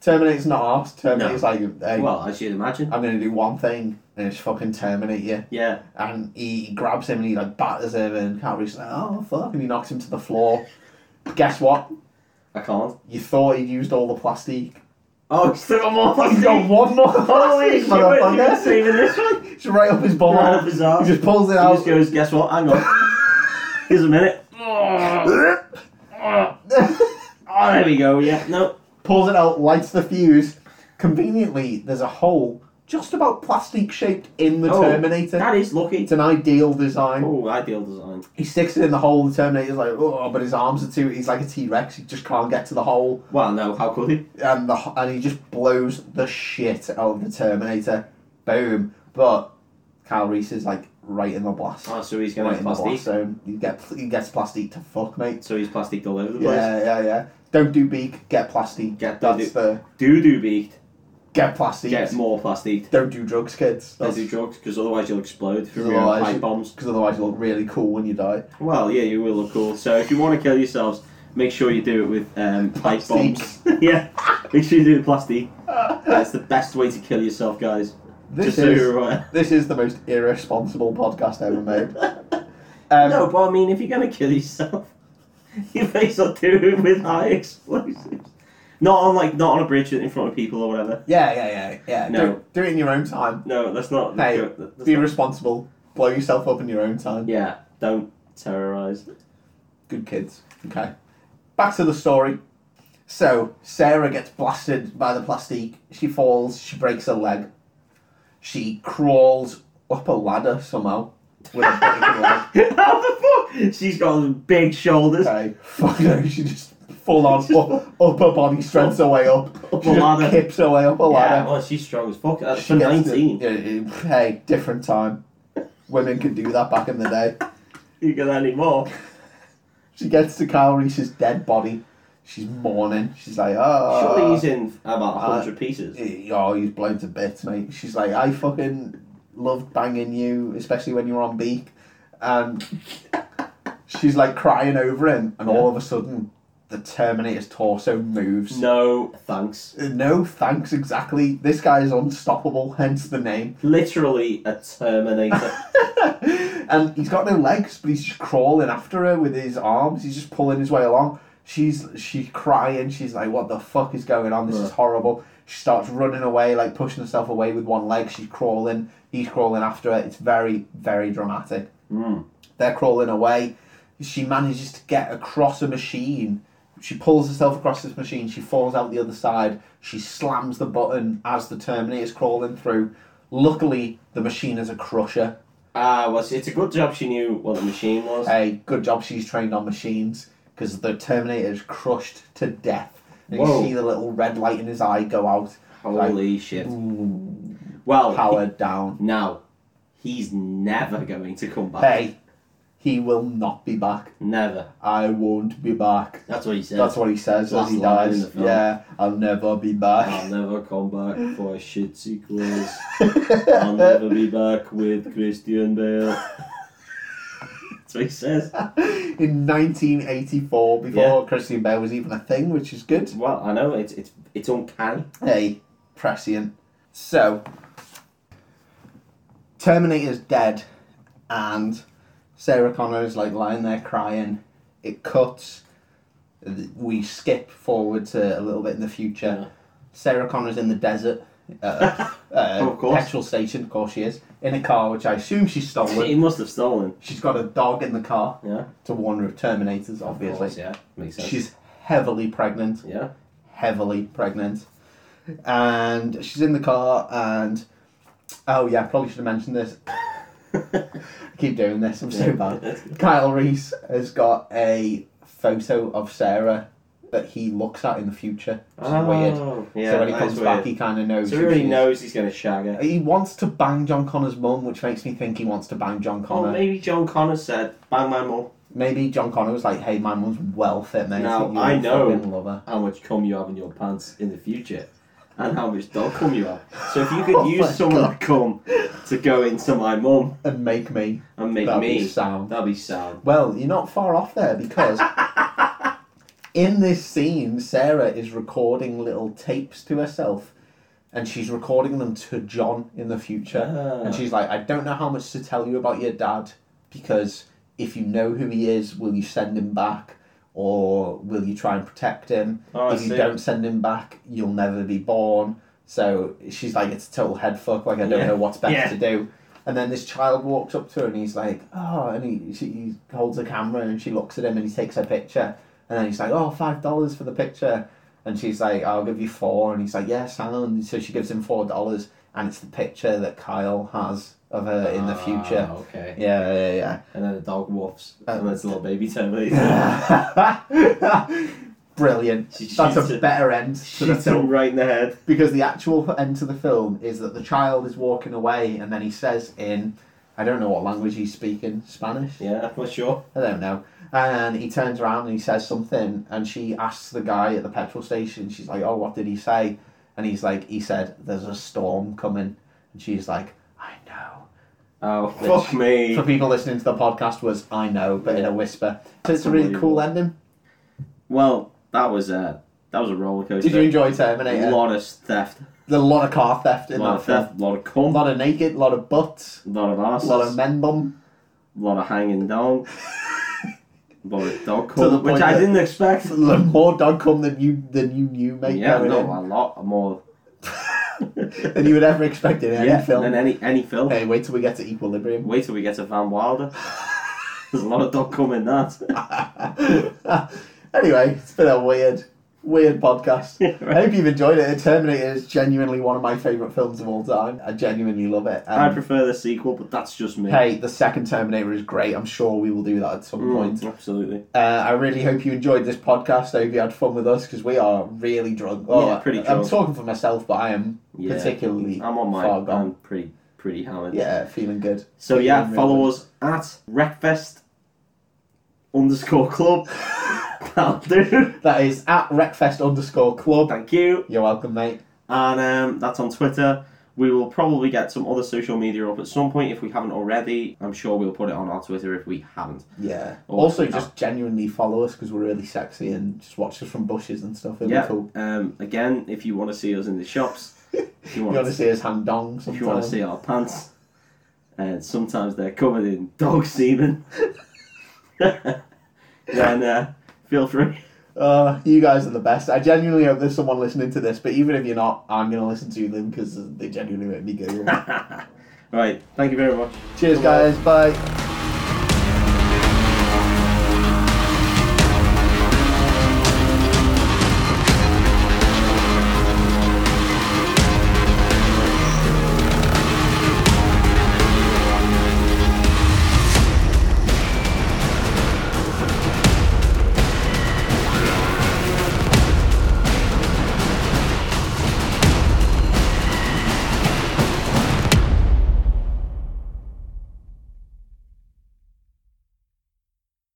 Speaker 1: Terminator's not asked. Terminator's like, hey,
Speaker 2: Well, as you'd imagine.
Speaker 1: I'm gonna do one thing and it's fucking terminate you.
Speaker 2: Yeah.
Speaker 1: And he he grabs him and he like batters him and Calvary's like, oh fuck, and he knocks him to the floor. Guess what?
Speaker 2: I can't.
Speaker 1: You thought he'd used all the plastic.
Speaker 2: Oh, he's still got more
Speaker 1: He's got
Speaker 2: plastic.
Speaker 1: one more
Speaker 2: Holy
Speaker 1: plastic,
Speaker 2: shit, where's he
Speaker 1: motherfucker.
Speaker 2: been saving this one?
Speaker 1: Just right up his ball.
Speaker 2: Right up his arse.
Speaker 1: He just pulls it
Speaker 2: He
Speaker 1: out.
Speaker 2: just goes, guess what? Hang on. Here's a minute. Oh, there we go. Yeah, no.
Speaker 1: pulls it out, lights the fuse. Conveniently, there's a hole just about plastic shaped in the
Speaker 2: Oh,
Speaker 1: Terminator.
Speaker 2: That is lucky.
Speaker 1: It's an ideal design.
Speaker 2: Oh, ideal design.
Speaker 1: He sticks it in the hole. The Terminator's like, oh, but his arms are too. He's like a T Rex. He just can't get to the hole,
Speaker 2: Well, no, how could he?
Speaker 1: and the ho- and he just blows the shit out of the Terminator. Boom. But Kyle Reese is like right in the blast.
Speaker 2: Oh, so he's going
Speaker 1: right
Speaker 2: to
Speaker 1: in the blast
Speaker 2: plastic.
Speaker 1: zone. He get he gets plastic to fuck, mate.
Speaker 2: So he's plastic all over the place.
Speaker 1: Yeah, yeah, yeah. Don't do beak, get plastic.
Speaker 2: Get- don't
Speaker 1: that's the
Speaker 2: Doo doo beaked.
Speaker 1: Get plastic.
Speaker 2: Get more plastic.
Speaker 1: Don't do drugs, kids.
Speaker 2: Don't do drugs because otherwise you'll explode through your
Speaker 1: Otherwise-
Speaker 2: pipe bombs.
Speaker 1: Because otherwise you look really cool when you die.
Speaker 2: Well, yeah, you will look cool. So if you want to kill yourselves, make sure you do it with um, pipe
Speaker 1: Plastic.
Speaker 2: bombs. yeah, make sure you do it with plastic. That's the best way to kill yourself, guys.
Speaker 1: This
Speaker 2: Just so
Speaker 1: is
Speaker 2: you're aware.
Speaker 1: this is the most irresponsible podcast ever made. Um,
Speaker 2: no, but I mean, if you're gonna kill yourself, you may as well do it with high explosives. Not on like not on a bridge in front of people or whatever.
Speaker 1: Yeah, yeah, yeah, yeah.
Speaker 2: No.
Speaker 1: Do, do it in your own time.
Speaker 2: No, that's not.
Speaker 1: Hey,
Speaker 2: that's
Speaker 1: Be
Speaker 2: not-
Speaker 1: responsible. Blow yourself up in your own time.
Speaker 2: yeah, don't terrorize.
Speaker 1: Good kids. Okay. Back to the story. So Sarah gets blasted by the plastique. She falls. She breaks her leg. She crawls up a ladder somehow with a broken leg.
Speaker 2: How the fuck? She's got big shoulders.
Speaker 1: Okay. Fuck no. She just full on up, upper body strengths her way up.
Speaker 2: Up
Speaker 1: She
Speaker 2: a
Speaker 1: just
Speaker 2: ladder.
Speaker 1: Kips her way up a
Speaker 2: Yeah,
Speaker 1: ladder.
Speaker 2: well, she's strong as fuck. Uh,
Speaker 1: She
Speaker 2: for
Speaker 1: gets the-
Speaker 2: 19.
Speaker 1: yeah, yeah, hey, different time. Women could do that back in the day.
Speaker 2: You get any more?
Speaker 1: She gets to Kyle Reese's dead body. She's mourning. She's like, oh.
Speaker 2: Surely he's in about
Speaker 1: uh,
Speaker 2: 100 pieces.
Speaker 1: Oh, he's blown to bits, mate. She's like, I fucking loved banging you, especially when you were on beak. And she's like crying over him, and all of a sudden, the Terminator's torso moves.
Speaker 2: No thanks.
Speaker 1: No, thanks, exactly. This guy is unstoppable, hence the name.
Speaker 2: Literally a Terminator.
Speaker 1: and he's got no legs, but he's just crawling after her with his arms. He's just pulling his way along. She's she's crying. She's like, "What the fuck is going on? This is
Speaker 2: Right.
Speaker 1: horrible." She starts running away, like pushing herself away with one leg. She's crawling. He's crawling after her. It's very very dramatic.
Speaker 2: mm.
Speaker 1: They're crawling away. She manages to get across a machine. She pulls herself across this machine. She falls out the other side. She slams the button as the Terminator's crawling through. Luckily, the machine is a crusher.
Speaker 2: Ah, well, see, it's a good job she knew what a machine was.
Speaker 1: Hey, good job she's trained on machines because the Terminator is crushed to death. And
Speaker 2: Whoa.
Speaker 1: you see the little red light in his eye go out.
Speaker 2: Holy shit.
Speaker 1: Ooh,
Speaker 2: Well,
Speaker 1: power down.
Speaker 2: he- now, he's never going to come back.
Speaker 1: Hey, he will not be back.
Speaker 2: Never.
Speaker 1: I won't be back.
Speaker 2: That's what he said.
Speaker 1: That's what he says as
Speaker 2: Last
Speaker 1: he
Speaker 2: line in
Speaker 1: dies.
Speaker 2: the film.
Speaker 1: Yeah, I'll never be back.
Speaker 2: I'll never come back for shit sequels. I'll never be back with Christian Bale. That's what he says.
Speaker 1: in 1984, before Christian Bale was even a thing, which is good.
Speaker 2: Well, I know, it's, it's, it's uncanny.
Speaker 1: Hey, prescient. So, Terminator's dead, and Sarah Connor is like lying there crying. It cuts. We skip forward to a little bit in the future. Sarah Connor's in the desert. Uh,
Speaker 2: Oh,
Speaker 1: uh,
Speaker 2: of course.
Speaker 1: petrol station, of course she is, in a car which I assume she's
Speaker 2: He
Speaker 1: stolen.
Speaker 2: must have stolen.
Speaker 1: She's got a dog in the car
Speaker 2: Yeah.
Speaker 1: to warn her of Terminators, obviously.
Speaker 2: Yeah, makes sense.
Speaker 1: She's heavily pregnant
Speaker 2: yeah.
Speaker 1: heavily pregnant. And she's in the car, and oh, yeah, probably should have mentioned this. I keep doing this, I'm so bad. Kyle Reese has got a photo of Sarah that he looks at in the future, which is weird.
Speaker 2: Oh, yeah.
Speaker 1: so when he
Speaker 2: that
Speaker 1: comes
Speaker 2: is
Speaker 1: back,
Speaker 2: weird.
Speaker 1: he kind of knows.
Speaker 2: so he
Speaker 1: who
Speaker 2: already
Speaker 1: she is.
Speaker 2: knows he's going to shag her.
Speaker 1: He wants to bang John Connor's mum, which makes me think he wants to bang John Connor.
Speaker 2: Oh,
Speaker 1: maybe.
Speaker 2: maybe John Connor said, "Bang my mum."
Speaker 1: John Connor was like, "Hey, my mum's well fit, mate.
Speaker 2: Now,
Speaker 1: You
Speaker 2: I
Speaker 1: would
Speaker 2: know-
Speaker 1: fucking love her."
Speaker 2: How much cum you have in your pants in the future, and how much dog cum you have. So if you could
Speaker 1: Oh my
Speaker 2: use some of
Speaker 1: God.
Speaker 2: that cum to go into my mum
Speaker 1: and make me.
Speaker 2: and make
Speaker 1: That'd
Speaker 2: me,
Speaker 1: be sound.
Speaker 2: that'd be sound.
Speaker 1: Well, you're not far off there because in this scene, Sarah is recording little tapes to herself and she's recording them to John in the future.
Speaker 2: Ah.
Speaker 1: And she's like, I don't know how much to tell you about your dad because if you know who he is, will you send him back or will you try and protect him?
Speaker 2: Oh, I
Speaker 1: if you
Speaker 2: see.
Speaker 1: don't send him back, you'll never be born. So she's like, it's a total head fuck. Like, I don't
Speaker 2: Yeah.
Speaker 1: know what's best
Speaker 2: Yeah.
Speaker 1: to do. And then this child walks up to her and he's like, oh, and he, she, he holds a camera and she looks at him and he takes her picture. And then he's like, oh, five dollars for the picture. And she's like, I'll give you four. And he's like, yeah, sound. So she gives him four dollars. And it's the picture that Kyle has of her in the
Speaker 2: Ah,
Speaker 1: future.
Speaker 2: okay.
Speaker 1: Yeah, yeah, yeah.
Speaker 2: And then the dog woofs,
Speaker 1: Uh,
Speaker 2: and there's a little baby Terminator.
Speaker 1: Brilliant.
Speaker 2: She
Speaker 1: That's
Speaker 2: shoots
Speaker 1: a
Speaker 2: it.
Speaker 1: better end to the
Speaker 2: Shoots him
Speaker 1: film.
Speaker 2: right in the head.
Speaker 1: Because the actual end to the film is that the child is walking away and then he says in, I don't know what language he's speaking, Spanish?
Speaker 2: Yeah, for sure.
Speaker 1: I don't know. And he turns around and he says something and she asks the guy at the petrol station, she's like, oh, what did he say? and he's like, he said, "There's a storm coming," and she's like, "I know."
Speaker 2: Oh,
Speaker 1: Fuck.
Speaker 2: fuck me.
Speaker 1: For people listening to the podcast, was I know, but in a whisper. So it's a really cool ending.
Speaker 2: Well, that was a that was a roller coaster.
Speaker 1: Did you enjoy
Speaker 2: a
Speaker 1: Terminator?
Speaker 2: lot of theft,
Speaker 1: There's a lot of car theft
Speaker 2: a
Speaker 1: in
Speaker 2: lot
Speaker 1: that
Speaker 2: of
Speaker 1: film.
Speaker 2: theft, a lot of
Speaker 1: A
Speaker 2: cum, a
Speaker 1: lot of naked, a lot of butts,
Speaker 2: lot of
Speaker 1: a
Speaker 2: asses,
Speaker 1: lot of men bum.
Speaker 2: lot of hanging down, a lot of dog
Speaker 1: To the
Speaker 2: cum, which
Speaker 1: point
Speaker 2: I
Speaker 1: that-
Speaker 2: didn't expect.
Speaker 1: More dog cum than you than you knew, mate.
Speaker 2: Yeah,
Speaker 1: going
Speaker 2: no,
Speaker 1: in.
Speaker 2: a lot more.
Speaker 1: than you would ever expect in any
Speaker 2: yeah,
Speaker 1: film.
Speaker 2: than any any film.
Speaker 1: Hey, wait till we get to Equilibrium.
Speaker 2: Wait till we get to Van Wilder. There's a lot of dog cum in that.
Speaker 1: anyway, it's been a weird, weird podcast. I hope you've enjoyed it. Terminator is genuinely one of my favourite films of all time. I genuinely love it.
Speaker 2: I
Speaker 1: Um,
Speaker 2: prefer the sequel, but that's just me.
Speaker 1: hey, the second Terminator is great. I'm sure we will do that at some
Speaker 2: Mm,
Speaker 1: point.
Speaker 2: absolutely.
Speaker 1: Uh, I really hope you enjoyed this podcast. I hope you had fun with us because we are really drunk.
Speaker 2: Yeah, pretty
Speaker 1: I'm
Speaker 2: drunk.
Speaker 1: talking for myself, but I am
Speaker 2: Yeah.
Speaker 1: particularly
Speaker 2: I'm on
Speaker 1: far
Speaker 2: my. I'm
Speaker 1: gone.
Speaker 2: pretty pretty hammered.
Speaker 1: Yeah, feeling good.
Speaker 2: So yeah,
Speaker 1: Feeling
Speaker 2: follow
Speaker 1: really
Speaker 2: us at Wreckfest underscore club. That'll do.
Speaker 1: good. That is at Wreckfest underscore club.
Speaker 2: Thank you.
Speaker 1: You're welcome, mate.
Speaker 2: And um, that's on Twitter. We will probably get some other social media up at some point if we haven't already. I'm sure we'll put it on our Twitter if we haven't.
Speaker 1: Yeah.
Speaker 2: Or-
Speaker 1: also, just genuinely follow us because we're really sexy and just watch us from bushes and stuff. It'll
Speaker 2: yeah.
Speaker 1: be cool.
Speaker 2: Um, again, if you want to see us in the shops, if you
Speaker 1: You want to
Speaker 2: want to,
Speaker 1: see us hand dong
Speaker 2: if you want to
Speaker 1: sometimes.
Speaker 2: see our pants, and sometimes they're covered in dog semen. then uh, feel free.
Speaker 1: Uh, you guys are the best. I genuinely hope there's someone listening to this, but even if you're not, I'm going to listen to them because they genuinely make me giggle.
Speaker 2: All right. Thank you very much.
Speaker 1: Cheers,
Speaker 2: Come on.
Speaker 1: guys. Bye.